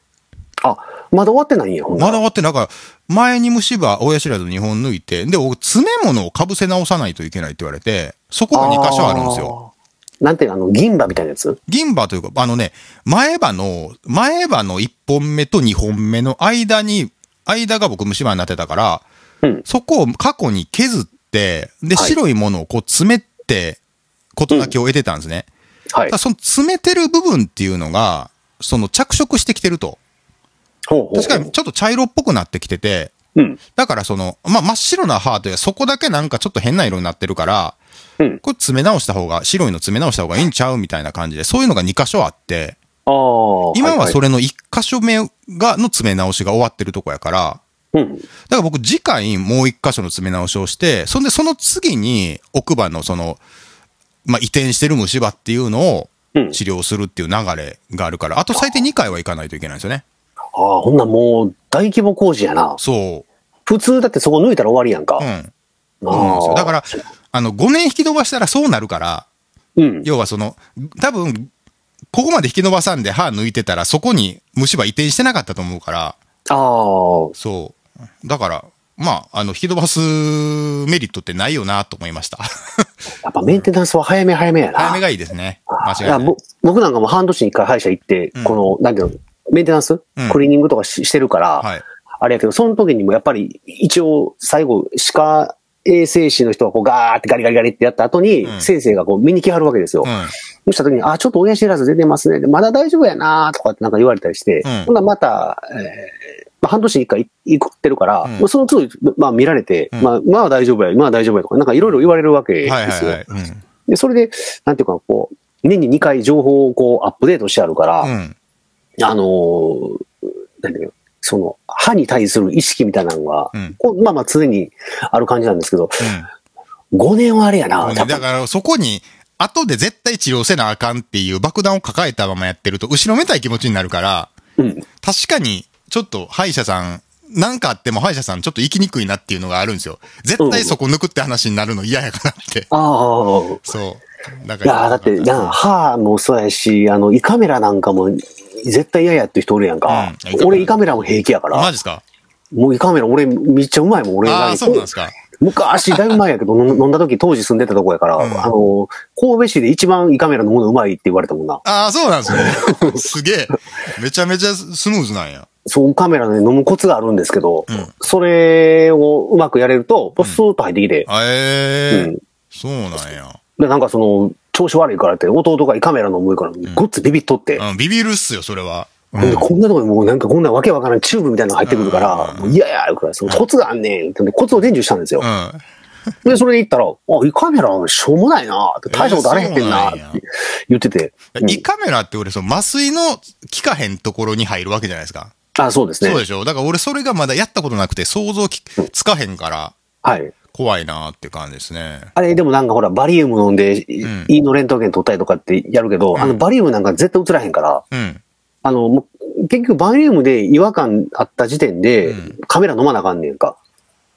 [SPEAKER 1] あ、まだ終わってないんや、ほんな
[SPEAKER 2] ま
[SPEAKER 1] ら
[SPEAKER 2] だ終わってない、だから、前に虫歯、親知らず2本抜いて、で、僕、詰め物をかぶせ直さないといけないって言われて、そこが2箇所あるんですよ。
[SPEAKER 1] あー。なんていうのあの、銀歯みたいなやつ
[SPEAKER 2] 銀歯というか、あのね、前歯の、前歯の1本目と2本目の間に、間が僕虫歯になってたから、
[SPEAKER 1] うん
[SPEAKER 2] そこを過去に削って、で、
[SPEAKER 1] はい
[SPEAKER 2] 白いものをこう詰めて、ことだけを得てたんですね。
[SPEAKER 1] はい
[SPEAKER 2] ただ。その詰めてる部分っていうのが、その着色してきてると。
[SPEAKER 1] ほうほう
[SPEAKER 2] 確かに。ちょっと茶色っぽくなってきてて、
[SPEAKER 1] うん。
[SPEAKER 2] だからその、まあ、真っ白な歯というそこだけなんかちょっと変な色になってるから、
[SPEAKER 1] うん
[SPEAKER 2] これ詰め直した方が、白いの詰め直した方がいいんちゃうみたいな感じで、そういうのが2箇所あって、
[SPEAKER 1] ああ。
[SPEAKER 2] 今はそ
[SPEAKER 1] れ。
[SPEAKER 2] れの1箇所目が、の詰め直しが終わってるとこやから、
[SPEAKER 1] うん。
[SPEAKER 2] だから僕次回もう1箇所の詰め直しをして、そんでその次に奥歯のその、まあ、移転してる虫歯っていうのを
[SPEAKER 1] うん
[SPEAKER 2] 治療するっていう流れがあるから、あと最低2回は行かないといけないんですよね。
[SPEAKER 1] あああ、ほんならもう大規模工事やな。
[SPEAKER 2] そう。
[SPEAKER 1] 普通だってそこ抜いたら終わりやんか。
[SPEAKER 2] うん。
[SPEAKER 1] ああ
[SPEAKER 2] そうなんですよだから、あの、5年引き延ばしたらそうなるから、
[SPEAKER 1] うん。
[SPEAKER 2] 要はその、多分、ここまで引き延ばさんで歯抜いてたら、そこに虫歯移転してなかったと思うから、
[SPEAKER 1] ああ、
[SPEAKER 2] そう。だから、まあ、あの、引き延ばすメリットってないよなと思いました。
[SPEAKER 1] やっぱメンテナンスは早め早めやな。
[SPEAKER 2] 早めがいいですね。間違い
[SPEAKER 1] や
[SPEAKER 2] ない。
[SPEAKER 1] ぼ僕なんかも半年に一回歯医者行って、
[SPEAKER 2] うん
[SPEAKER 1] この、なんていうの、メンテナンス、
[SPEAKER 2] うん
[SPEAKER 1] クリーニングとかししてるから、
[SPEAKER 2] はい。
[SPEAKER 1] あれやけど、その時にもやっぱり、一応、最後、歯科衛生士の人がこうガーってガリガリガリってやった後に、
[SPEAKER 2] うん
[SPEAKER 1] 先生がこう見に来はるわけですよ。
[SPEAKER 2] うん。
[SPEAKER 1] そうした時に、あ、ちょっと親知らず出てますね。でまだ大丈夫やなとかってなんか言われたりして、
[SPEAKER 2] うん
[SPEAKER 1] ほんならまた、えーまあ、半年に一回行ってるから、
[SPEAKER 2] うん
[SPEAKER 1] もうその都度、まあ見られて、
[SPEAKER 2] うん
[SPEAKER 1] まあ、まあ大丈夫や、まあ大丈夫やとか、なんかいろいろ言われるわけですよ。
[SPEAKER 2] はいはいはい。うん。
[SPEAKER 1] で、それで、なんていうか、こう、年に2回情報をこうアップデートしてあるから、
[SPEAKER 2] うん。
[SPEAKER 1] あのーなんていうのその、歯に対する意識みたいなのが、
[SPEAKER 2] うん
[SPEAKER 1] こうまあまあ常にある感じなんですけど、
[SPEAKER 2] うん
[SPEAKER 1] 5年はあれやな、
[SPEAKER 2] もう
[SPEAKER 1] 多
[SPEAKER 2] ね、
[SPEAKER 1] 分
[SPEAKER 2] だからそこに、後で絶対治療せなあかんっていう爆弾を抱えたままやってると、後ろめたい気持ちになるから、
[SPEAKER 1] うん。
[SPEAKER 2] 確かに、ちょっと歯医者さん、なんかあっても歯医者さんちょっと行きにくいなっていうのがあるんですよ。絶対そこ抜くって話になるの嫌やからって。
[SPEAKER 1] ああ、
[SPEAKER 2] そう。だか
[SPEAKER 1] いやーだって、な、歯もそうやし、あの、胃カメラなんかも絶対嫌やって人おるやんか。
[SPEAKER 2] うん胃カメラ
[SPEAKER 1] 俺胃カメラも平気やか
[SPEAKER 2] マジ
[SPEAKER 1] ら。
[SPEAKER 2] ですか
[SPEAKER 1] もう胃カメラ俺めっちゃうまいもん、俺
[SPEAKER 2] ああ、
[SPEAKER 1] 何
[SPEAKER 2] そうなんですか。
[SPEAKER 1] 昔、だいぶ前やけど、飲ん飲んだ時当時住んでたとこやから、
[SPEAKER 2] うん
[SPEAKER 1] あの、神戸市で一番胃カメラのものうまいって言われたもんな。
[SPEAKER 2] ああ、そうなんですね。すげえ。めちゃめちゃスムーズなんや。
[SPEAKER 1] そう、胃カメラで飲むコツがあるんですけど、
[SPEAKER 2] うん
[SPEAKER 1] それをうまくやれると、ポスーッと入ってきて、
[SPEAKER 2] ええ
[SPEAKER 1] うん
[SPEAKER 2] そうなんや。
[SPEAKER 1] で、なんかその、調子悪いからって、弟が胃カメラ飲むから、ごっつビビっとって、
[SPEAKER 2] うん、ビビるっすよ、それは。う
[SPEAKER 1] で
[SPEAKER 2] ん。
[SPEAKER 1] こんなとこにもうなんかこんなわけわからんチューブみたいなの入ってくるか
[SPEAKER 2] う
[SPEAKER 1] ら、
[SPEAKER 2] ん
[SPEAKER 1] もう嫌や、言うから、そのコツがあんねんって、コツを伝授したんですよ
[SPEAKER 2] う。ん。
[SPEAKER 1] で、それで行ったら、あ、胃カメラしょうもないなって、大したことあれへんねんなっ
[SPEAKER 2] えーそうなん
[SPEAKER 1] て言ってて。うん
[SPEAKER 2] 胃カメラって俺、その麻酔の効かへんところに入るわけじゃないですか。
[SPEAKER 1] あ、そうです
[SPEAKER 2] そう
[SPEAKER 1] ね
[SPEAKER 2] で。しょだから俺、それがまだやったことなくて、想像きつかへんから、
[SPEAKER 1] はい。
[SPEAKER 2] 怖いなーって感じですね。
[SPEAKER 1] あれ、でもなんかほら、バリウム飲んで、
[SPEAKER 2] ん
[SPEAKER 1] 胃のレントゲン取ったりとかってやるけど、
[SPEAKER 2] ん
[SPEAKER 1] あの、バリウムなんか絶対映らへんから、
[SPEAKER 2] うん。
[SPEAKER 1] あの、もう結局バリウムで違和感あった時点で
[SPEAKER 2] うん、
[SPEAKER 1] カメラ飲まなあかんねんか。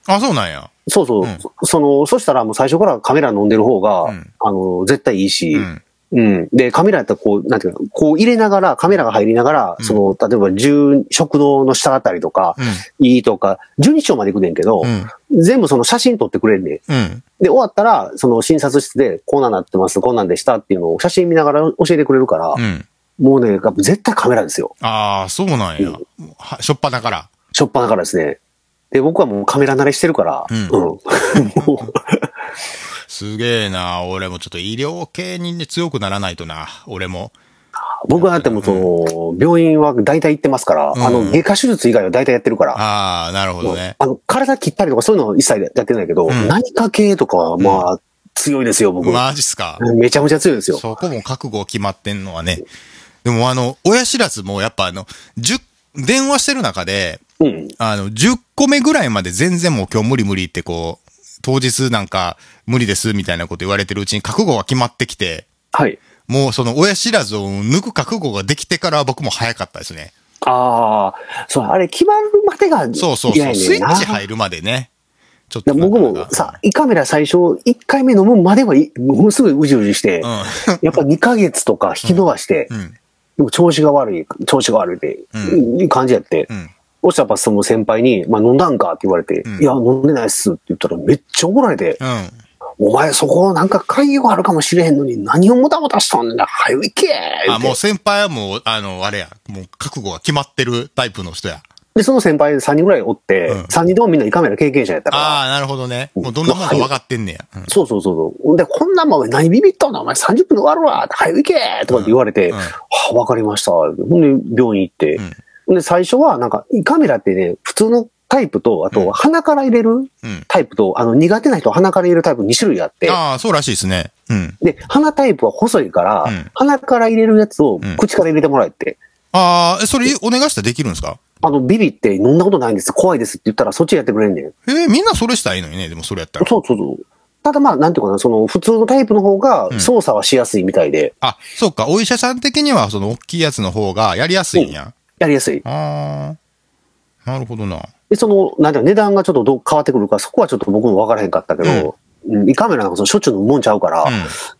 [SPEAKER 2] あ、そうなんや。
[SPEAKER 1] そうそう、
[SPEAKER 2] うん
[SPEAKER 1] その、そしたらもう最初からカメラ飲んでる方が、
[SPEAKER 2] うん
[SPEAKER 1] あの、絶対いいし、
[SPEAKER 2] うん。
[SPEAKER 1] うん。で、カメラやったらこう、なんていうの、こう入れながら、カメラが入りながら、
[SPEAKER 2] うん
[SPEAKER 1] その、例えば10、食堂の下あたりとか、
[SPEAKER 2] う
[SPEAKER 1] いいとか、12章まで行くねんけど、
[SPEAKER 2] ん。
[SPEAKER 1] 全部その写真撮ってくれんねん。
[SPEAKER 2] うん。
[SPEAKER 1] で、終わったら、その診察室で、こんなんなってます、こんなんでしたっていうのを写真見ながら教えてくれるから、
[SPEAKER 2] うん。
[SPEAKER 1] もうね、やっぱ絶対カメラですよ。
[SPEAKER 2] ああ、そうなんや
[SPEAKER 1] う。
[SPEAKER 2] はしょっぱなから。
[SPEAKER 1] しょっぱなからですね。で、僕はもうカメラ慣れしてるから、
[SPEAKER 2] うん
[SPEAKER 1] もう
[SPEAKER 2] すげえな俺もちょっと医療系にね強くならないとな。俺も。
[SPEAKER 1] 僕はだってもうその、病院は大体行ってますから、
[SPEAKER 2] うん
[SPEAKER 1] あの、外科手術以外は大体やってるから、
[SPEAKER 2] ああ、なるほどね。
[SPEAKER 1] あの、体切ったりとかそういうのは一切やってないけど、
[SPEAKER 2] うん
[SPEAKER 1] 何か系とかはまあ、強いですよ、僕。
[SPEAKER 2] マジっすか。
[SPEAKER 1] めちゃめちゃ強いですよ。
[SPEAKER 2] そこも覚悟決まってんのはね。でもあの、親知らずもやっぱあの、10電話してる中で、
[SPEAKER 1] うん。
[SPEAKER 2] あの、10個目ぐらいまで全然もう今日無理無理ってこう、当日なんか無理ですみたいなこと言われてるうちに覚悟が決まってきて、
[SPEAKER 1] はい。
[SPEAKER 2] もうその親知らずを抜く覚悟ができてから僕も早かったですね。
[SPEAKER 1] ああ、そう、あれ決まるまでが
[SPEAKER 2] そうそう
[SPEAKER 1] 嫌や
[SPEAKER 2] そう。
[SPEAKER 1] ね
[SPEAKER 2] ス
[SPEAKER 1] ん
[SPEAKER 2] イ
[SPEAKER 1] な。
[SPEAKER 2] ッチ入るまでね。ちょっ
[SPEAKER 1] だ
[SPEAKER 2] と
[SPEAKER 1] から僕
[SPEAKER 2] なかな
[SPEAKER 1] も
[SPEAKER 2] か
[SPEAKER 1] さ、胃カメラ最初、1回目飲むまではい、ものすごいうじうじして、
[SPEAKER 2] う
[SPEAKER 1] やっぱ2ヶ月とか引き延ばして、
[SPEAKER 2] ん。うん。
[SPEAKER 1] でも調子が悪い、調子が悪いって、
[SPEAKER 2] う
[SPEAKER 1] いう感じやって、
[SPEAKER 2] うん。
[SPEAKER 1] そしたらやっぱその先輩に、まあ飲んだんかって言われて、
[SPEAKER 2] うん
[SPEAKER 1] いや、飲んでないっすって言ったらめっちゃ怒られて、
[SPEAKER 2] うん。
[SPEAKER 1] お前そこなんか会議があるかもしれへんのに何をもたもたしたんだ早いけ
[SPEAKER 2] あ、も
[SPEAKER 1] 言う
[SPEAKER 2] う
[SPEAKER 1] て
[SPEAKER 2] 先輩はもう、あの、あれや、もう覚悟が決まってるタイプの人や。
[SPEAKER 1] で、その先輩3人ぐらいおって、
[SPEAKER 2] うん
[SPEAKER 1] 3人ともみんな胃カメラ経験者やったから。
[SPEAKER 2] ああ、なるほどね。もうどんなもんか分かってんねや。うん
[SPEAKER 1] そうそうそうそう。で、こんなもん何ビビったんだお前30分で終わるわ早いけとかって言われて、
[SPEAKER 2] うん
[SPEAKER 1] はあ、わかりました。ほんで、病院行って。で、最初はなんか胃カメラってね、普通のタイプと、あ
[SPEAKER 2] うん
[SPEAKER 1] と鼻から入れる
[SPEAKER 2] うん。
[SPEAKER 1] タイプと、あの苦手な人は鼻から入れるタイプ2種類あって。
[SPEAKER 2] ああ、そうらしいですね。うん。
[SPEAKER 1] で、鼻タイプは細いから、
[SPEAKER 2] うん
[SPEAKER 1] 鼻から入れるやつを
[SPEAKER 2] うん
[SPEAKER 1] 口から入れてもらえって。
[SPEAKER 2] ああ、えそれお願いしたらできるんですか
[SPEAKER 1] あの、ビビって飲んだことないんです、怖いですって言ったらそっちやってくれんねん。
[SPEAKER 2] えーみんなそれしたらいいのにね、でもそれやったら。
[SPEAKER 1] そうそうそう。ただまあ、なんていうかな、その普通のタイプの方
[SPEAKER 2] う
[SPEAKER 1] が
[SPEAKER 2] ん
[SPEAKER 1] 操作はしやすいみたいで、
[SPEAKER 2] あ、そうか、お医者さん的には、その、大きいやつの方がやりやすいんや。
[SPEAKER 1] やりやすい。
[SPEAKER 2] ああ、なるほどな。
[SPEAKER 1] で、その、なんだろう、値段がちょっとどう変わってくるか、そこはちょっと僕も分からへんかったけど、うん、胃カメラなんかそのしょっちゅうのもんちゃうから、
[SPEAKER 2] うん、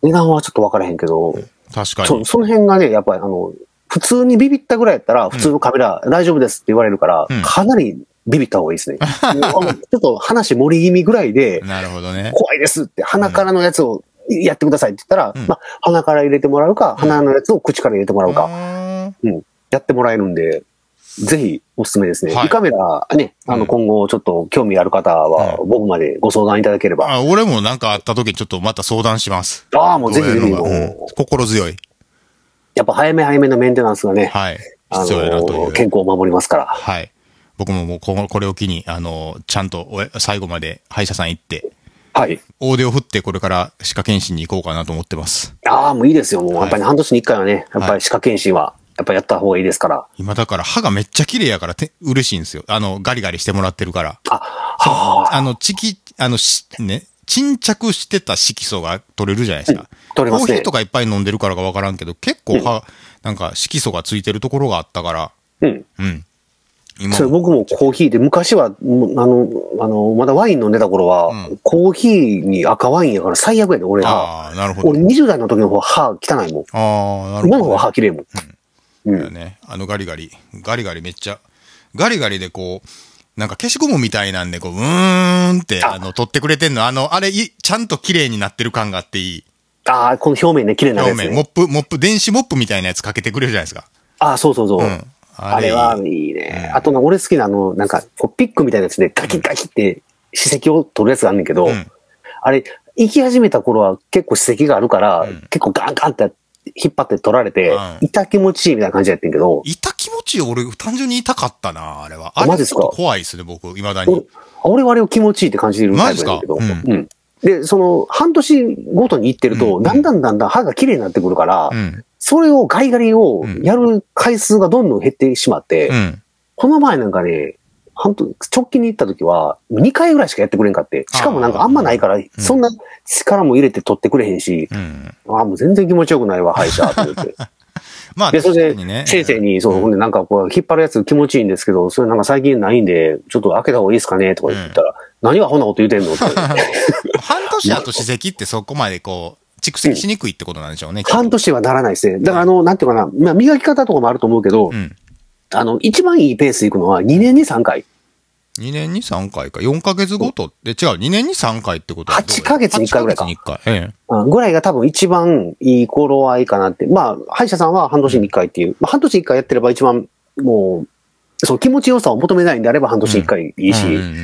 [SPEAKER 1] 値段はちょっと分からへんけど、
[SPEAKER 2] 確か
[SPEAKER 1] そ
[SPEAKER 2] に。
[SPEAKER 1] その辺がね、やっぱりあの、普通にビビったぐらいやったら、普通のカメラ大丈夫ですって言われるから、
[SPEAKER 2] うん
[SPEAKER 1] かなりビビった方がいい ですね。もうあのちょっと話盛り気味ぐらいで、
[SPEAKER 2] なるほどね。
[SPEAKER 1] 怖いですって、鼻からのやつをやってくださいって言ったら、
[SPEAKER 2] うん
[SPEAKER 1] まあ、鼻から入れてもらうか、
[SPEAKER 2] ん
[SPEAKER 1] 鼻のやつを口から入れてもらうか、
[SPEAKER 2] あ
[SPEAKER 1] やってもらえるんで、ぜひおすすめですね。
[SPEAKER 2] はい
[SPEAKER 1] 胃カメラね、あ
[SPEAKER 2] う
[SPEAKER 1] の、
[SPEAKER 2] ん
[SPEAKER 1] 今後ちょっと興味ある方は、僕までご相談いただけれ
[SPEAKER 2] ー
[SPEAKER 1] ば。
[SPEAKER 2] あ、俺もなんかあった時にちょっとまた相談します。
[SPEAKER 1] ああ、もうぜひぜひ、
[SPEAKER 2] どうやるの
[SPEAKER 1] も
[SPEAKER 2] がうん
[SPEAKER 1] う
[SPEAKER 2] 心強い。
[SPEAKER 1] やっぱ早め早めのメンテナンスがね、
[SPEAKER 2] はい。
[SPEAKER 1] あ
[SPEAKER 2] 必要やなとい
[SPEAKER 1] の、
[SPEAKER 2] う。
[SPEAKER 1] 健康を守りますから。
[SPEAKER 2] はい。僕ももうここれを機に、あの、ちゃんとお最後まで歯医者さん行って、
[SPEAKER 1] はい。
[SPEAKER 2] 大手を振ってこれから歯科検診に行こうかなと思ってます。
[SPEAKER 1] ああ、もういいですよ。もう、
[SPEAKER 2] はい
[SPEAKER 1] やっぱり半年に一回はね、やっぱり歯科検診は、やっぱやった方がいいですから。
[SPEAKER 2] 今だから歯がめっちゃ綺麗やからて嬉しいんですよ。あの、ガリガリしてもらってるから。
[SPEAKER 1] あ、はあ、
[SPEAKER 2] あの、ちき、あの、し、ね、沈着してた色素が取れるじゃないですか。
[SPEAKER 1] 取れますね
[SPEAKER 2] コーヒーとかいっぱい飲んでるからかわからんけど、結構歯、なんか色素がついてるところがあったから、
[SPEAKER 1] うん。
[SPEAKER 2] うん。今
[SPEAKER 1] それ僕もコーヒーで、昔は、もうあの、あの、まだワイン飲んでた頃は、
[SPEAKER 2] うん
[SPEAKER 1] コーヒーに赤ワインやから最悪やで、俺は。
[SPEAKER 2] ああ、なるほど
[SPEAKER 1] 俺。20代の時の方は歯汚いもん。
[SPEAKER 2] ああ、なるほど、
[SPEAKER 1] 今の方は歯綺麗もん。う
[SPEAKER 2] だよ
[SPEAKER 1] ん。
[SPEAKER 2] ね。あのガリガリ。ガリガリめっちゃ。ガリガリでこう、なんか消しゴムみたいなんで、こう、うーんって、
[SPEAKER 1] あ
[SPEAKER 2] あの、取ってくれてんの。あの、あれ、いちゃんと綺麗になってる感があっていい。
[SPEAKER 1] ああ、この表面ね、綺麗な
[SPEAKER 2] 表
[SPEAKER 1] やつ、ね
[SPEAKER 2] 面、モ。ップ、モップ、電子モップみたいなやつかけてくれるじゃないですか。
[SPEAKER 1] ああ、そうそうそう。
[SPEAKER 2] うん。
[SPEAKER 1] あれはいいね。あとな、俺好きなあの、なんか、こうピックみたいなやつでガキガキって歯石を取るやつがあんねんけど、
[SPEAKER 2] うん
[SPEAKER 1] あれ、行き始めた頃は結構歯石があるから、
[SPEAKER 2] ん
[SPEAKER 1] 結構ガンガンって引っ張って取られて、
[SPEAKER 2] うん
[SPEAKER 1] 痛気持ちいいみたいな感じやってんけど、
[SPEAKER 2] 痛気持ちいい。俺、単純に痛かったな、あれは。あ
[SPEAKER 1] マ
[SPEAKER 2] れ、
[SPEAKER 1] ジっ
[SPEAKER 2] ち
[SPEAKER 1] す
[SPEAKER 2] ょ
[SPEAKER 1] か
[SPEAKER 2] っと怖いですね、僕、未だ
[SPEAKER 1] 俺
[SPEAKER 2] に。
[SPEAKER 1] 俺はあれを気持ちいいって感じてるタイプなんだけど、
[SPEAKER 2] マジっすか
[SPEAKER 1] うんで、その、半年ごとに行ってると、
[SPEAKER 2] うん
[SPEAKER 1] だんだんだんだん歯が綺麗になってくるから、
[SPEAKER 2] うん。
[SPEAKER 1] それをガリガリをやる回数がどんどん減ってしまって、
[SPEAKER 2] うん。
[SPEAKER 1] この前なんかね、半年直近に行った時は、2回ぐらいしかやってくれんかって。しかもなんかあんまないから、そんな力も入れて取ってくれへんし、
[SPEAKER 2] うん。
[SPEAKER 1] ああ、もう全然気持ちよくないわ、歯医者、って言って。
[SPEAKER 2] まあ、
[SPEAKER 1] で、そ
[SPEAKER 2] 確か
[SPEAKER 1] れ
[SPEAKER 2] にね
[SPEAKER 1] で、。先生に、そう、ほんでなんかこう、引っ張るやつ気持ちいいんですけど、それなんか最近ないんで、ちょっと開けた方がいいですかねとか言ったら、何がアホなこと言うてんの って。
[SPEAKER 2] 半年後、歯石ってそこまでこう、蓄積しにくいってことなんでしょうね。きっと
[SPEAKER 1] 半年はならないですね。だからあの、なんていうかな、まあ、磨き方とかもあると思うけど、
[SPEAKER 2] うん。
[SPEAKER 1] あの、一番いいペースで行くのは2年に3回。
[SPEAKER 2] 2年に3回か。4ヶ月ごとで違う。2年に3回ってことはどう
[SPEAKER 1] 8ヶ月に1回ぐらいか
[SPEAKER 2] 8ヶ月に1回。え
[SPEAKER 1] うんぐらいが多分一番いい頃合いかなって。まあ、歯医者さんは半年に一回っていう。まあ、半年に一回やってれば一番、もう、そう、気持ちよさを求めないんであれば半年に一回い
[SPEAKER 2] え。
[SPEAKER 1] いし、
[SPEAKER 2] うんうん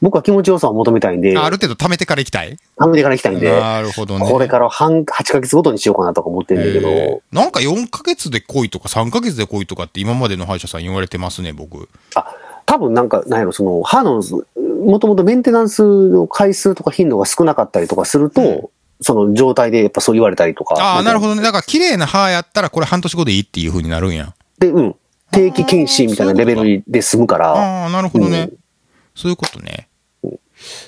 [SPEAKER 1] 僕は気持ちよさを求めたいん
[SPEAKER 2] う
[SPEAKER 1] で、
[SPEAKER 2] んある程度貯めてから行きたい
[SPEAKER 1] アメリカに行きたいんで、
[SPEAKER 2] なるほどね。
[SPEAKER 1] これから半、8ヶ月ごとにしようかなとか思ってるんだけど、
[SPEAKER 2] えーなんか4ヶ月で来いとか3ヶ月で来いとかって今までの歯医者さん言われてますね、僕。
[SPEAKER 1] 多分なんか、なんやろ、その、歯の、もともとメンテナンスの回数とか頻度が少なかったりとかすると、
[SPEAKER 2] うん
[SPEAKER 1] その状態でやっぱそう言われたりとか。
[SPEAKER 2] ああ、なるほ
[SPEAKER 1] ど。
[SPEAKER 2] どね。だから綺麗な歯やったらこれ半年後でいいっていう風になるんや。
[SPEAKER 1] で、うん。定期検診みたいなレベルで済むから、
[SPEAKER 2] ああ、なるほどね
[SPEAKER 1] う。
[SPEAKER 2] そういうことね。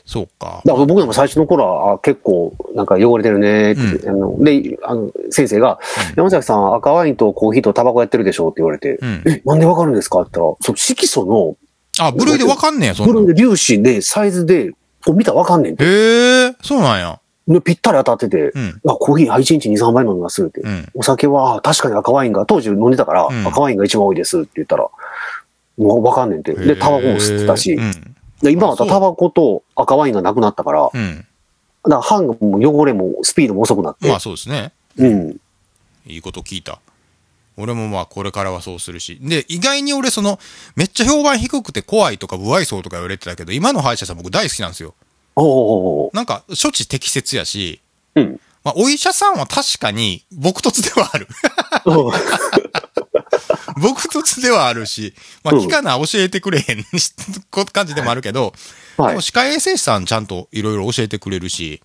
[SPEAKER 2] そうか。
[SPEAKER 1] だから僕でも最初の頃は、あ結構なんか汚れてるねって、あのであの先生が、山崎さん赤ワインとコーヒーとタバコやってるでしょって言われて、
[SPEAKER 2] うん。
[SPEAKER 1] え、なんでわかるんですかって言ったら、その色素
[SPEAKER 2] あ、部類でわかんねえや、そ
[SPEAKER 1] の、こ
[SPEAKER 2] んな
[SPEAKER 1] れ
[SPEAKER 2] ん。
[SPEAKER 1] で粒子でサイズで、こう見たらわかんねんて。
[SPEAKER 2] へえ、そうなんや。
[SPEAKER 1] でぴったり当たってて、
[SPEAKER 2] うん。
[SPEAKER 1] あコーヒーは1日2、3杯飲みますって。
[SPEAKER 2] うん。
[SPEAKER 1] お酒はあ確かに赤ワインが、当時飲んでたから、
[SPEAKER 2] うん
[SPEAKER 1] 赤ワインが一番多いですって言ったら、もうわかんねんて。で、タバコも吸ってたし、
[SPEAKER 2] うん。
[SPEAKER 1] で今はタバコと赤ワインがなくなったから、
[SPEAKER 2] うん。
[SPEAKER 1] だから歯がもう汚れもスピードも遅くなって、
[SPEAKER 2] まあそうですね。
[SPEAKER 1] うん。
[SPEAKER 2] いいこと聞いた。俺もまあこれからはそうするし。で、意外に俺その、めっちゃ評判低くて怖いとか不愛想とか言われてたけど、今の歯医者さん僕大好きなんですよ。
[SPEAKER 1] おおお
[SPEAKER 2] なんか、処置適切やし、
[SPEAKER 1] うん。
[SPEAKER 2] まあお医者さんは確かに、撲突ではある。撲突ではあるし、まあ
[SPEAKER 1] うん
[SPEAKER 2] 聞かな教えてくれへんこ感じでもあるけど、
[SPEAKER 1] は
[SPEAKER 2] で
[SPEAKER 1] い
[SPEAKER 2] も。歯科衛生士さんちゃんといろいろ教えてくれるし、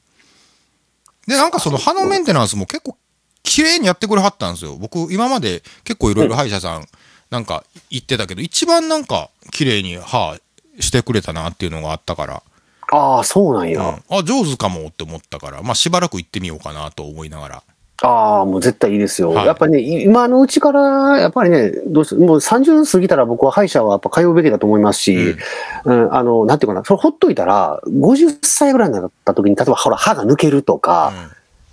[SPEAKER 2] で、なんかその歯のメンテナンスも結構綺麗にやってくれはったんですよ。僕、今まで結構いろいろ歯医者さんなんか行ってたけど、一番なんか綺麗に歯してくれたなっていうのがあったから、
[SPEAKER 1] ああ、そうなん
[SPEAKER 2] うん
[SPEAKER 1] や。
[SPEAKER 2] あ、上手かもって思ったから、まあしばらく行ってみようかなと思いながら。
[SPEAKER 1] ああ、もう絶対いいですよ。
[SPEAKER 2] はい
[SPEAKER 1] やっぱね、今のうちから、やっぱりね、どうすもう30過ぎたら僕は歯医者はやっぱ通うべきだと思いますし、うん、あの、なんていうかな、それほっといたら、50歳ぐらいになった時に、例えばほら、歯が抜けるとか、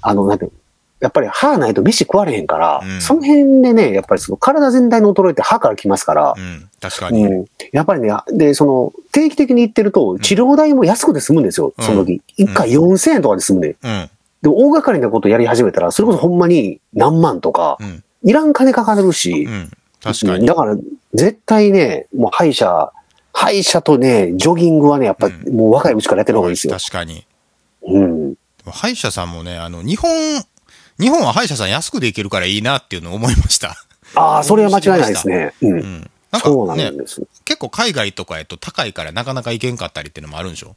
[SPEAKER 1] あの、なんていうのやっぱり歯ないと飯食われへんから、
[SPEAKER 2] うん
[SPEAKER 1] その辺でね、やっぱりその体全体の衰えって歯から来ますから
[SPEAKER 2] う、ん、うん、確かに。
[SPEAKER 1] うん、やっぱりね、で、その、定期的に行ってると、治療代も安くて済むんですよ、
[SPEAKER 2] うん
[SPEAKER 1] その時。1回4000円とかで済むね。
[SPEAKER 2] うん、
[SPEAKER 1] でも大掛かりなことやり始めたら、それこそほんまに何万とか、
[SPEAKER 2] うん、
[SPEAKER 1] いらん金かかるし、
[SPEAKER 2] うん、確かに。
[SPEAKER 1] だから、絶対ね、もう歯医者、歯医者とね、ジョギングはね、やっぱ、
[SPEAKER 2] うん
[SPEAKER 1] もう若いうちからやってる方がいいですよ。
[SPEAKER 2] 確かに。
[SPEAKER 1] うん。
[SPEAKER 2] でも歯医者さんもね、あの、日本、日本は歯医者さん安くで行けるからいいなっていうのを思いました。
[SPEAKER 1] ああ、それは間違いないですね。う。
[SPEAKER 2] うんん。なん
[SPEAKER 1] そう
[SPEAKER 2] か
[SPEAKER 1] な
[SPEAKER 2] ね
[SPEAKER 1] ん、です。
[SPEAKER 2] 結構海外とかやと高いからなかなか行けんかったりっていうのもあるんでしょ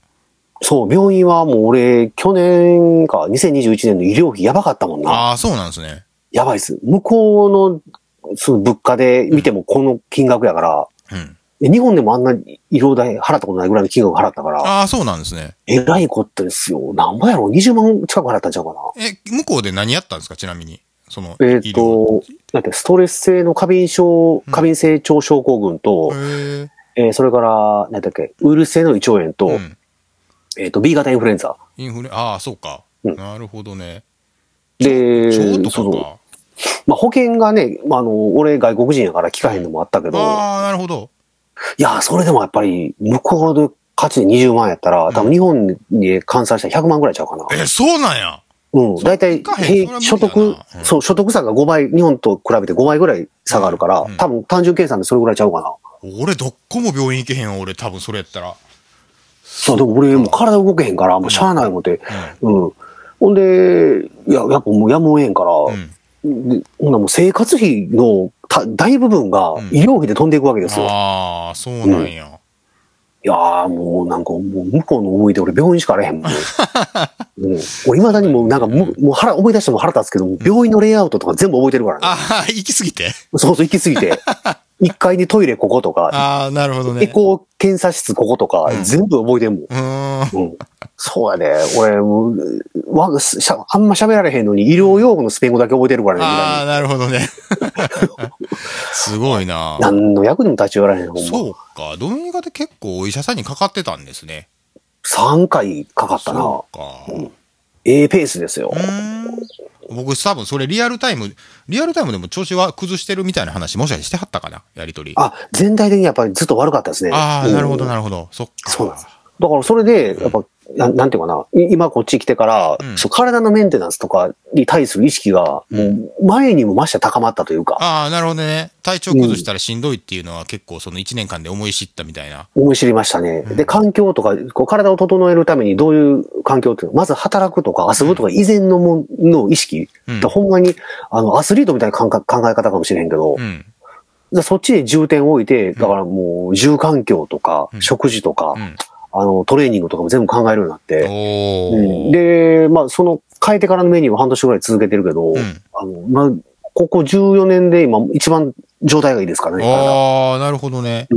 [SPEAKER 1] そう、病院はもう俺、去年か、2021年の医療費やばかったもんな。
[SPEAKER 2] ああ、そうなんですね。
[SPEAKER 1] やばいです。向こうの、その物価で見てもこの金額やから、
[SPEAKER 2] うん。
[SPEAKER 1] で日本でもあんな医療代払ったことないぐらいの金額払ったから、
[SPEAKER 2] ああ、そうなんですね。
[SPEAKER 1] えらいことですよ。何倍やろ ?20 万近く払ったんちゃうかな。
[SPEAKER 2] え、向こうで何やったんですかちなみに。その、
[SPEAKER 1] えっ、
[SPEAKER 2] 医療。
[SPEAKER 1] と、なんて、ストレス性の過敏症、過敏性腸症候群と、
[SPEAKER 2] へえ。
[SPEAKER 1] えーそれから、なんだっけ、ウイルス性の胃腸炎と、
[SPEAKER 2] うん。
[SPEAKER 1] えっ、と、B 型インフルエンザ。
[SPEAKER 2] インフレ、ああ、そうか。
[SPEAKER 1] うん
[SPEAKER 2] なるほどね。
[SPEAKER 1] で、
[SPEAKER 2] 腸とか
[SPEAKER 1] そう
[SPEAKER 2] か
[SPEAKER 1] そ。うまあ、保険がね、まあ、あの、俺外国人やから聞かへんのもあったけど、
[SPEAKER 2] ああ、なるほど。
[SPEAKER 1] いや、それでもやっぱり、向こうで価値で20万やったら、多分日本に換算したら100万ぐらいちゃうかな。
[SPEAKER 2] え、そうなんや。
[SPEAKER 1] うん。大体
[SPEAKER 2] そっか、
[SPEAKER 1] 平所
[SPEAKER 2] それは無
[SPEAKER 1] 得
[SPEAKER 2] 理だなう、ん
[SPEAKER 1] そう、所得差が5倍、日本と比べて5倍ぐらい差があるから、
[SPEAKER 2] うん
[SPEAKER 1] 多分単純計算でそれぐらいちゃうかな。
[SPEAKER 2] 俺、どっこも病院行けへんわ俺、多分それやったら。
[SPEAKER 1] そう、でも俺もう体動けへんから、もうしゃあないもんて。
[SPEAKER 2] う
[SPEAKER 1] うん。ほんで、いや、やっぱもうやむをえんから、
[SPEAKER 2] ん。うん。
[SPEAKER 1] でほんならもう生活費のた大部分が
[SPEAKER 2] うん
[SPEAKER 1] 医療費で飛んでいくわけですよ。い
[SPEAKER 2] ああ、そうなんや。
[SPEAKER 1] やーもうなんかもう向こうの思いで俺病院しかあれへん もん。うん、俺未だにもうなんかもうもう腹、思い出しても腹立つけど、もう病院のレイアウトとか全部覚えてるからね。
[SPEAKER 2] ああ、行き過ぎて。
[SPEAKER 1] そうそう、行き過ぎ て。1階にトイレこことか、
[SPEAKER 2] ああ、なるほど
[SPEAKER 1] エ
[SPEAKER 2] ね。
[SPEAKER 1] コー検査室こことか
[SPEAKER 2] う、ん
[SPEAKER 1] 全部覚えてんもん。
[SPEAKER 2] うーん。
[SPEAKER 1] うん、そうやね。俺、もう、わしゃあんま喋られへんのに、医療用語のスペイン語だけ覚えてるからね
[SPEAKER 2] ああ、
[SPEAKER 1] 未
[SPEAKER 2] なるほどね。 すごいな。
[SPEAKER 1] だに。何の役にも立ち寄られへん、ほんま。
[SPEAKER 2] そうか。ドミニカで結構お医者さんにかかってたんですね。
[SPEAKER 1] 3回かかったな
[SPEAKER 2] そ。うか。
[SPEAKER 1] ええペースですよ
[SPEAKER 2] う。ーん。僕、多分それリアルタイム、リアルタイムでも調子は崩してるみたいな話、もしかしてしてはったかなやりとり。あ
[SPEAKER 1] あ、全体的にやっぱりずっと悪かったですね。
[SPEAKER 2] あー、なるほど、
[SPEAKER 1] うん
[SPEAKER 2] なるほど。そっか。
[SPEAKER 1] そうなんですだからそれで、やっぱ、ななんていうかな、い今こっち来てから、
[SPEAKER 2] うん
[SPEAKER 1] そう体のメンテナンスとかに対する意識が、もう前にも増して高まったというか、
[SPEAKER 2] ああ、なるほどね。体調崩したらしんどいっていうのは結構その1年間で思い知ったみたいな。
[SPEAKER 1] 思い知りましたね。で、環境とか、こう体を整えるためにどういう環境っていうのまず働くとか遊ぶとか以前のもの意識、
[SPEAKER 2] うん
[SPEAKER 1] ほんまに、あの、アスリートみたいな考え考え方かもしれへんけど、
[SPEAKER 2] うん。
[SPEAKER 1] でそっちで重点を置いて、だからもう、住環境とか、
[SPEAKER 2] うん
[SPEAKER 1] 食事とか、
[SPEAKER 2] うん。
[SPEAKER 1] あの、トレーニングとかも全部考えるようになって、
[SPEAKER 2] お
[SPEAKER 1] うん
[SPEAKER 2] ー。
[SPEAKER 1] で、まあ、その、変えてからのメニューを半年ぐらい続けてるけど、
[SPEAKER 2] うん
[SPEAKER 1] あの、まあ、ここ14年で今、一番状態がいいですからね、体
[SPEAKER 2] ああ、なるほどね。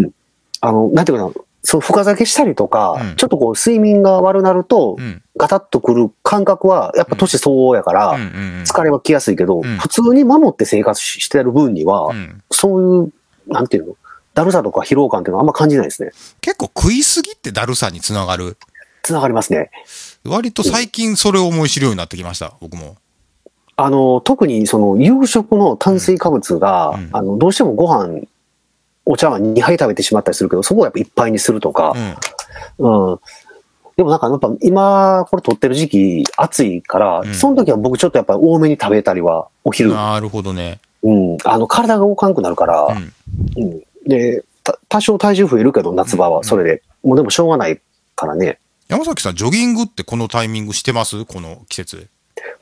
[SPEAKER 1] あの、なんていうかな、そう、深酒したりとか、
[SPEAKER 2] うん
[SPEAKER 1] ちょっとこう、睡眠が悪なると、
[SPEAKER 2] うん。
[SPEAKER 1] ガタッとくる感覚は、やっぱ年相応やから、
[SPEAKER 2] うんうんうん。
[SPEAKER 1] 疲れは来やすいけど、
[SPEAKER 2] ん
[SPEAKER 1] 普通に守って生活ししてる分には、
[SPEAKER 2] うん
[SPEAKER 1] そういう、なんていうの、だるさとか疲労感っていうのはあんま感じないですね。
[SPEAKER 2] 結構食いすぎってだるさにつながる。
[SPEAKER 1] つながりますね。
[SPEAKER 2] 割と最近それを思い知るようになってきました、僕も。
[SPEAKER 1] あの、特にその夕食の炭水化物が、
[SPEAKER 2] うん
[SPEAKER 1] あの、どうしてもご飯、お茶碗2杯食べてしまったりするけど、そこをやっぱいっぱいにするとか
[SPEAKER 2] う、ん。
[SPEAKER 1] うん。でもなんかやっぱ今これ撮ってる時期暑いから、
[SPEAKER 2] うん
[SPEAKER 1] その時は僕ちょっとやっぱり多めに食べたりは、お昼、
[SPEAKER 2] なるほどね。
[SPEAKER 1] うん、あの体が動かんくなるから、
[SPEAKER 2] うん。
[SPEAKER 1] うんで、た多少体重増えるけど、夏場はそれで、もうでもしょうがないからね、
[SPEAKER 2] 山崎さん、ジョギングってこのタイミングしてますこの季節。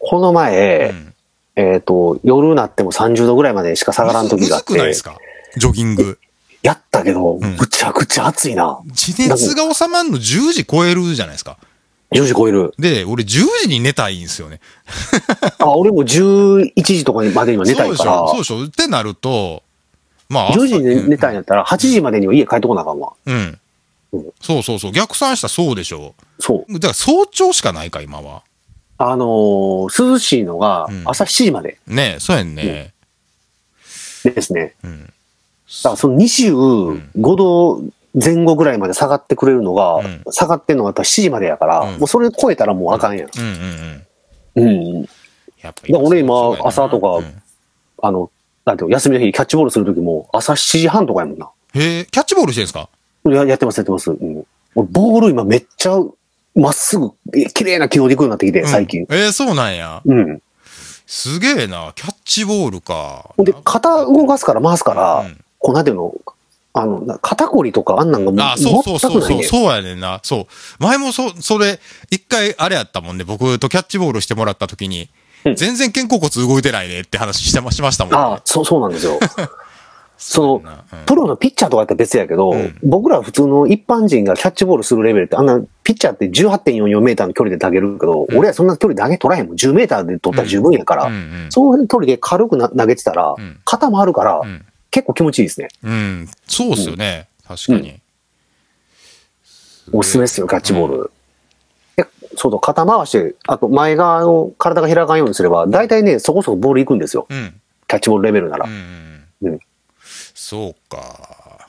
[SPEAKER 1] この前、
[SPEAKER 2] うん
[SPEAKER 1] えっ、と、夜なっても30度ぐらいまでしか下がらん時があっ
[SPEAKER 2] むずくないで
[SPEAKER 1] て
[SPEAKER 2] す、かジョギング。
[SPEAKER 1] やったけど、
[SPEAKER 2] ん
[SPEAKER 1] ぐちゃぐちゃ暑いな。
[SPEAKER 2] 地熱が収まんの10時超えるじゃないですか。
[SPEAKER 1] 10時超える。
[SPEAKER 2] で、俺10時に寝たいんですよね。
[SPEAKER 1] あ、俺も11時とかまでには寝たい
[SPEAKER 2] そうで
[SPEAKER 1] か
[SPEAKER 2] しょ
[SPEAKER 1] ら
[SPEAKER 2] そう、でしょってなると、まあ、
[SPEAKER 1] 10時に寝たいん
[SPEAKER 2] や。
[SPEAKER 1] やったら8時までには家帰ってこなあかんわ。
[SPEAKER 2] うん
[SPEAKER 1] うん。
[SPEAKER 2] そうそうそう。逆算したらそうでしょ
[SPEAKER 1] そう。
[SPEAKER 2] だから早朝しかないか、今は。
[SPEAKER 1] あのー涼しいのが
[SPEAKER 2] うん
[SPEAKER 1] 朝7時まで
[SPEAKER 2] ねえ、そうやんね。
[SPEAKER 1] ですね。
[SPEAKER 2] うん。
[SPEAKER 1] だからその25度前後ぐらいまで下がってくれるのが、
[SPEAKER 2] うん
[SPEAKER 1] 下がってんのがやっぱ7時までやから、
[SPEAKER 2] うん
[SPEAKER 1] もうそれ超えたらもうあかんやん。
[SPEAKER 2] うんうんうん。
[SPEAKER 1] うん。
[SPEAKER 2] やっぱ
[SPEAKER 1] だから俺今
[SPEAKER 2] そうやな
[SPEAKER 1] 朝とか
[SPEAKER 2] うん
[SPEAKER 1] あの、なんていうの休みの日キャッチボールするときも朝7時半とかやもんな。
[SPEAKER 2] へえ、キャッチボールしてんすか
[SPEAKER 1] ややってます、やってます。うん、俺、ボール今めっちゃまっすぐ、え綺麗な軌道でいくようになってきて、
[SPEAKER 2] うん
[SPEAKER 1] 最近。
[SPEAKER 2] えー、そうなんや。
[SPEAKER 1] うん。
[SPEAKER 2] すげえな。キャッチボールか。
[SPEAKER 1] ほんで、肩動かすから回すから、
[SPEAKER 2] うん
[SPEAKER 1] こうなんていうの、あの、な肩こりとかあんなんがも
[SPEAKER 2] ああ、そうそ
[SPEAKER 1] 全
[SPEAKER 2] うそ
[SPEAKER 1] く
[SPEAKER 2] う
[SPEAKER 1] な
[SPEAKER 2] そ、
[SPEAKER 1] いうね。
[SPEAKER 2] そうやねんな。そう。前もそ、それ、一回あれやったもんね。僕とキャッチボールしてもらった時に、
[SPEAKER 1] うん
[SPEAKER 2] 全然肩甲骨動いてないねって話してましましたもんね。
[SPEAKER 1] ああ、そう、そうなんです よ。
[SPEAKER 2] そ
[SPEAKER 1] そう
[SPEAKER 2] や
[SPEAKER 1] の
[SPEAKER 2] な、
[SPEAKER 1] プロのピッチャーとかだったら別やけど、
[SPEAKER 2] うん
[SPEAKER 1] 僕ら普通の一般人がキャッチボールするレベルって、あんな、ピッチャーって18.44メーターの距離で投げるけど、
[SPEAKER 2] うん
[SPEAKER 1] 俺らそんな距離投げ取らへんもん。10メーターで取ったら十分やから、
[SPEAKER 2] うんうん
[SPEAKER 1] その距離で軽くな投げてたら、
[SPEAKER 2] うん
[SPEAKER 1] 肩回るから、
[SPEAKER 2] うん
[SPEAKER 1] 結構気持ちいいですね。
[SPEAKER 2] うん。そうっすよね。確かに。
[SPEAKER 1] おすすめですよ、キャッチボール。でそうそう、肩回して、あと前側の体が開かんようにすれば、大体ね、そこそこボール行くんですよ。
[SPEAKER 2] うん。
[SPEAKER 1] キャッチボールレベルなら
[SPEAKER 2] う。ん。
[SPEAKER 1] うん。
[SPEAKER 2] そうか。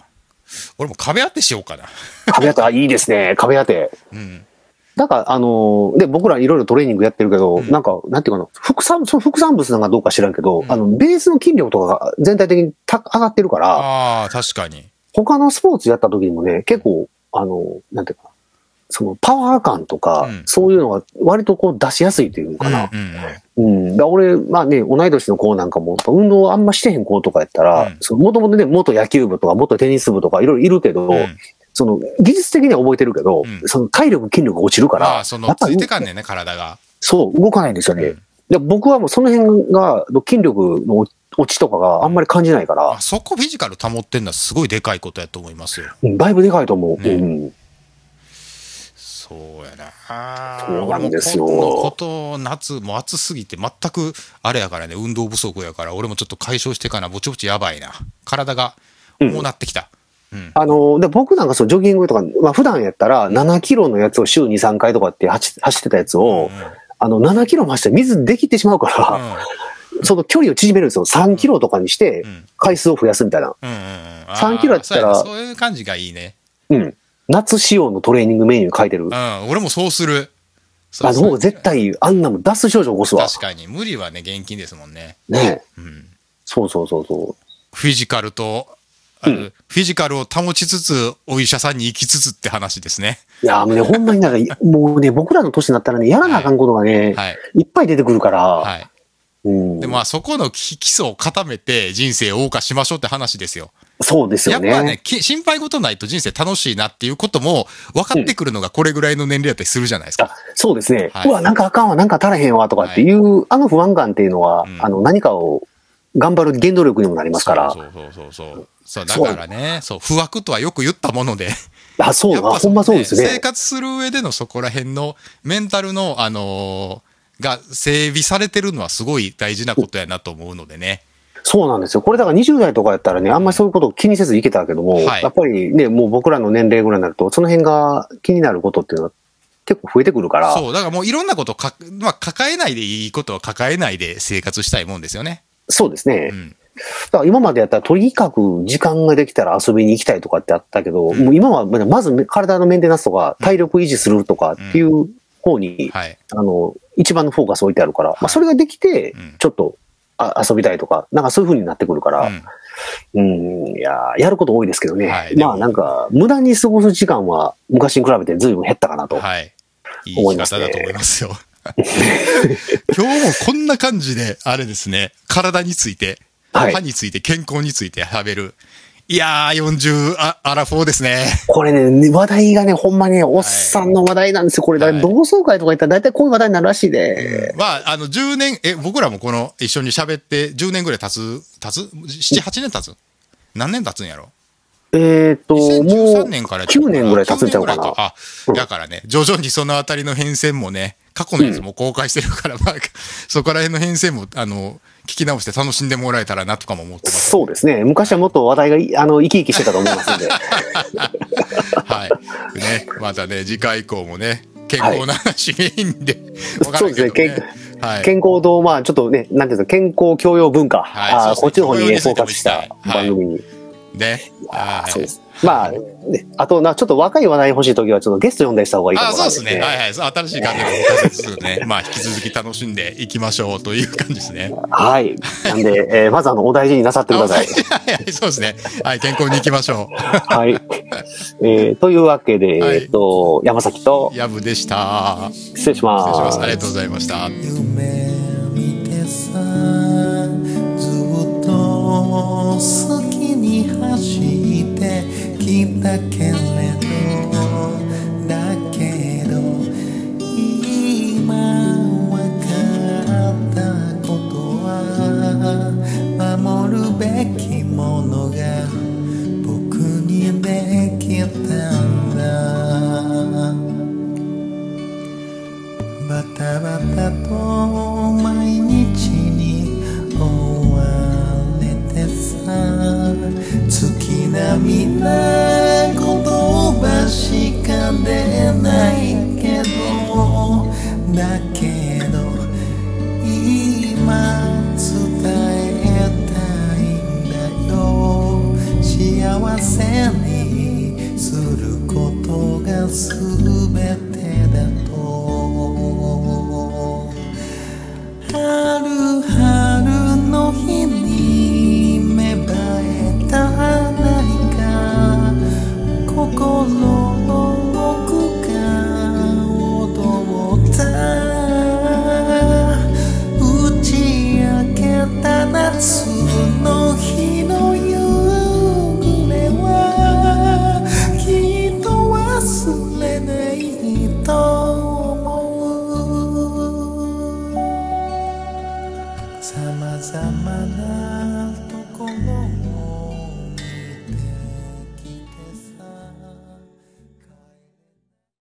[SPEAKER 2] 俺も壁当てしようかな。
[SPEAKER 1] 壁当て、あ、いいですね、壁当て。
[SPEAKER 2] うん。
[SPEAKER 1] なんか、あのーで、僕らいろいろトレーニングやってるけど、
[SPEAKER 2] うん
[SPEAKER 1] なんか、なんていうかな、副産、その副産物なんかどうか知らんけど、
[SPEAKER 2] うん
[SPEAKER 1] あの、ベースの筋力とかが全体的にた上がってるから、
[SPEAKER 2] ああ、確かに。
[SPEAKER 1] 他のスポーツやった時にもね、結構、あのーなんていうかな、そのパワー感とか、
[SPEAKER 2] うん
[SPEAKER 1] そういうのが割とこう出しやすいというのかな。
[SPEAKER 2] うんうんうん
[SPEAKER 1] うん。だから俺、まあね、同い年の子なんかも、運動あんましてへん子とかやった
[SPEAKER 2] う
[SPEAKER 1] ら
[SPEAKER 2] ん、
[SPEAKER 1] もともとね、元野球部とか元テニス部とかいろいろいるけど、
[SPEAKER 2] うん
[SPEAKER 1] その、技術的には覚えてるけど、
[SPEAKER 2] うん
[SPEAKER 1] その体力、筋力が落ちるか
[SPEAKER 2] あ
[SPEAKER 1] ら
[SPEAKER 2] あ、、そ
[SPEAKER 1] や
[SPEAKER 2] の、
[SPEAKER 1] っ
[SPEAKER 2] つ
[SPEAKER 1] ぱり
[SPEAKER 2] いてかんねんね、体が。
[SPEAKER 1] そう、動かないんですよ
[SPEAKER 2] う
[SPEAKER 1] ね
[SPEAKER 2] ん。
[SPEAKER 1] で僕はもうその辺が、筋力の落落ちとかがあんまり感じないから
[SPEAKER 2] あ、そこフィジカル保ってんのはすごいでかいことやと思いますよ。
[SPEAKER 1] うんだいぶでかいと思う。
[SPEAKER 2] ね
[SPEAKER 1] うん。
[SPEAKER 2] そうやな。あー
[SPEAKER 1] そうなんですよ
[SPEAKER 2] 俺もこのこと、夏、もう暑すぎて、全くあれやからね、運動不足やから、俺もちょっと解消してかな、ぼちぼちやばいな。体が、
[SPEAKER 1] うん
[SPEAKER 2] もうなってきた。うん。
[SPEAKER 1] あの、で僕なんかそう、ジョギングとか、まあ普段やったら7キロのやつを週2、3回とかって走走ってたやつを、あの、7キロも走って水できてしまうから、その距離を縮めるんですよ。3キロとかにして
[SPEAKER 2] う、ん
[SPEAKER 1] 回数を増やすみたいな。
[SPEAKER 2] 3
[SPEAKER 1] 3キロやったら
[SPEAKER 2] そういう感じがいいね。
[SPEAKER 1] うん。夏仕様のトレーニングメニュー書いてる
[SPEAKER 2] う。ん、俺もそうする。そ
[SPEAKER 1] あ
[SPEAKER 2] うす
[SPEAKER 1] の、
[SPEAKER 2] る
[SPEAKER 1] もう絶対、あんなもん脱水症状起こすわ。
[SPEAKER 2] 確かに、無理はね、現金ですもんね。
[SPEAKER 1] ねえ
[SPEAKER 2] うん
[SPEAKER 1] そうそうそうそ
[SPEAKER 2] フィジカルと、あのフィジカルを保ちつつ、お医者さんに行きつつって話ですね。
[SPEAKER 1] う。いや、もうね、ほんまになんか、もうね、僕らの年になったらね、やらなあかんことがね、
[SPEAKER 2] はい。
[SPEAKER 1] い、っぱい出てくるから、
[SPEAKER 2] はい。
[SPEAKER 1] うん
[SPEAKER 2] で、まあ、そこの基基礎を固めて人生を謳歌しましょうって話ですよ。
[SPEAKER 1] そうです
[SPEAKER 2] や
[SPEAKER 1] よ
[SPEAKER 2] っ
[SPEAKER 1] ね。
[SPEAKER 2] ぱね、き心配事ないと人生楽しいなっていうことも分かってくるのがこれぐらいの年齢だったりするじゃないですか。
[SPEAKER 1] あそうですね、
[SPEAKER 2] はいう
[SPEAKER 1] わ、なんかあかんわ、なんか足らへんわとかっていう、あの不安感っていうのは、
[SPEAKER 2] うん
[SPEAKER 1] あの何かを頑張る原動力にもなりますから、
[SPEAKER 2] そうそうそうそう。そう、だからね、そう、不惑とはよく言ったもので。
[SPEAKER 1] あそう
[SPEAKER 2] やっぱ
[SPEAKER 1] あほんまそうですね。
[SPEAKER 2] 生活する上でのそこら辺のメンタルの、あのーが整備されてるのはすごい大事なことやなと思うのでね。
[SPEAKER 1] そうなんですよ。これだから20代とかやったらね、あんまりそういうことを気にせずいけたけども、
[SPEAKER 2] はい
[SPEAKER 1] やっぱりね、もう僕らの年齢ぐらいになると、その辺が気になることっていうのは結構増えてくるから、そう
[SPEAKER 2] そう、だからもういろんなことか、まあ、抱えないでいいことは抱えないで生活したいもんですよね。
[SPEAKER 1] ですね
[SPEAKER 2] う。ん。
[SPEAKER 1] だから今までやったら、とにかく時間ができたら遊びに行きたいとかってあったけど、
[SPEAKER 2] うん
[SPEAKER 1] もう今はまず体のメンテナンスとか、体力維持するとかっていう方に、
[SPEAKER 2] はい。
[SPEAKER 1] あの、一番のフォーカス置いてあるから、まあそれができて
[SPEAKER 2] うん、
[SPEAKER 1] ちょっと、あ遊びたいとか、なんかそういう風になってくるから、
[SPEAKER 2] う
[SPEAKER 1] うん、いやー、やること多いですけどね。
[SPEAKER 2] はい
[SPEAKER 1] まあなんか、無駄に過ごす時間は昔に比べて随分減ったかなと。
[SPEAKER 2] ん。はい。いい生き方だと思いますよ。 今日もこんな感じで、あれですね、体について、
[SPEAKER 1] はい
[SPEAKER 2] 歯について、健康について喋る。いやー、40あアラフォーですね。
[SPEAKER 1] これね、話題がね、ほんまね、おっさんの話題なんですよ。これ、だから
[SPEAKER 2] はい
[SPEAKER 1] 同窓会とか行ったら大体こういう話題になるらしいで。
[SPEAKER 2] まあ、あの、10年、え、僕らもこの、一緒に喋って、10年ぐらい経つ、経つ ?7、8年経つ何年経つんやろ
[SPEAKER 1] えーっと、も
[SPEAKER 2] ?2013
[SPEAKER 1] う、
[SPEAKER 2] 年からやってる
[SPEAKER 1] 9年ぐらい経つんちゃうか
[SPEAKER 2] 9年ぐら
[SPEAKER 1] な。
[SPEAKER 2] いあ、だからね、徐々にそのあたりの変遷もね、過去のやつも公開してるから、まあ、 そこら辺の変遷も、あの、聞き直して楽しんでもらえたらなとかも思ってます。
[SPEAKER 1] そうですね。昔はもっと話題がい、あの、生き生き してたと思いますんで。
[SPEAKER 2] はい。ね、またね、次回以降もね、健康な話メインで。わからんけど
[SPEAKER 1] そうですね
[SPEAKER 2] はい。
[SPEAKER 1] 健康と、まあ、ちょっとね、なんていうんですか、健康教養文化、
[SPEAKER 2] はい
[SPEAKER 1] あー
[SPEAKER 2] そ
[SPEAKER 1] こ
[SPEAKER 2] う
[SPEAKER 1] っ
[SPEAKER 2] です
[SPEAKER 1] ち
[SPEAKER 2] ね
[SPEAKER 1] の方に
[SPEAKER 2] 教養
[SPEAKER 1] ね
[SPEAKER 2] につ
[SPEAKER 1] フォー
[SPEAKER 2] いても
[SPEAKER 1] カ
[SPEAKER 2] いい
[SPEAKER 1] スし
[SPEAKER 2] ですね
[SPEAKER 1] た番組に。
[SPEAKER 2] ね。
[SPEAKER 1] あ
[SPEAKER 2] は
[SPEAKER 1] ー
[SPEAKER 2] い
[SPEAKER 1] そうです。まあ、ね、あとな、ちょっと若い話題欲しいときは、ちょっとゲスト呼んだりした方がいいかも
[SPEAKER 2] あ、
[SPEAKER 1] わ
[SPEAKER 2] そ
[SPEAKER 1] か
[SPEAKER 2] うんで
[SPEAKER 1] ない
[SPEAKER 2] すね。はいはい。新しい風が吹かせつ つね、まあ、引き続き楽しんでいきましょうという感じですね。
[SPEAKER 1] はい。なんで、えーまずあの、お大事になさってください。
[SPEAKER 2] はいはい、そうですね。はい、健康に行きましょ
[SPEAKER 1] はい。えーというわけで、
[SPEAKER 2] はい
[SPEAKER 1] えっと、山崎と
[SPEAKER 2] う。、ヤブでした。失
[SPEAKER 1] 失礼しま
[SPEAKER 2] 礼します。
[SPEAKER 1] す
[SPEAKER 2] あり。がとうございました。
[SPEAKER 3] 夢見てさずっと好きに走ってきたけれどだけど今わかったことは守るべきものが僕にできたんだバタバタと毎日に追われてさ月並みな言葉しか出ないけどだけど今伝えたいんだよ幸せにすることが全てだと春春の日に芽生えた何か心の奥が踊った打ち明けた夏の日の夕暮れはきっと忘れないと思うさまざまな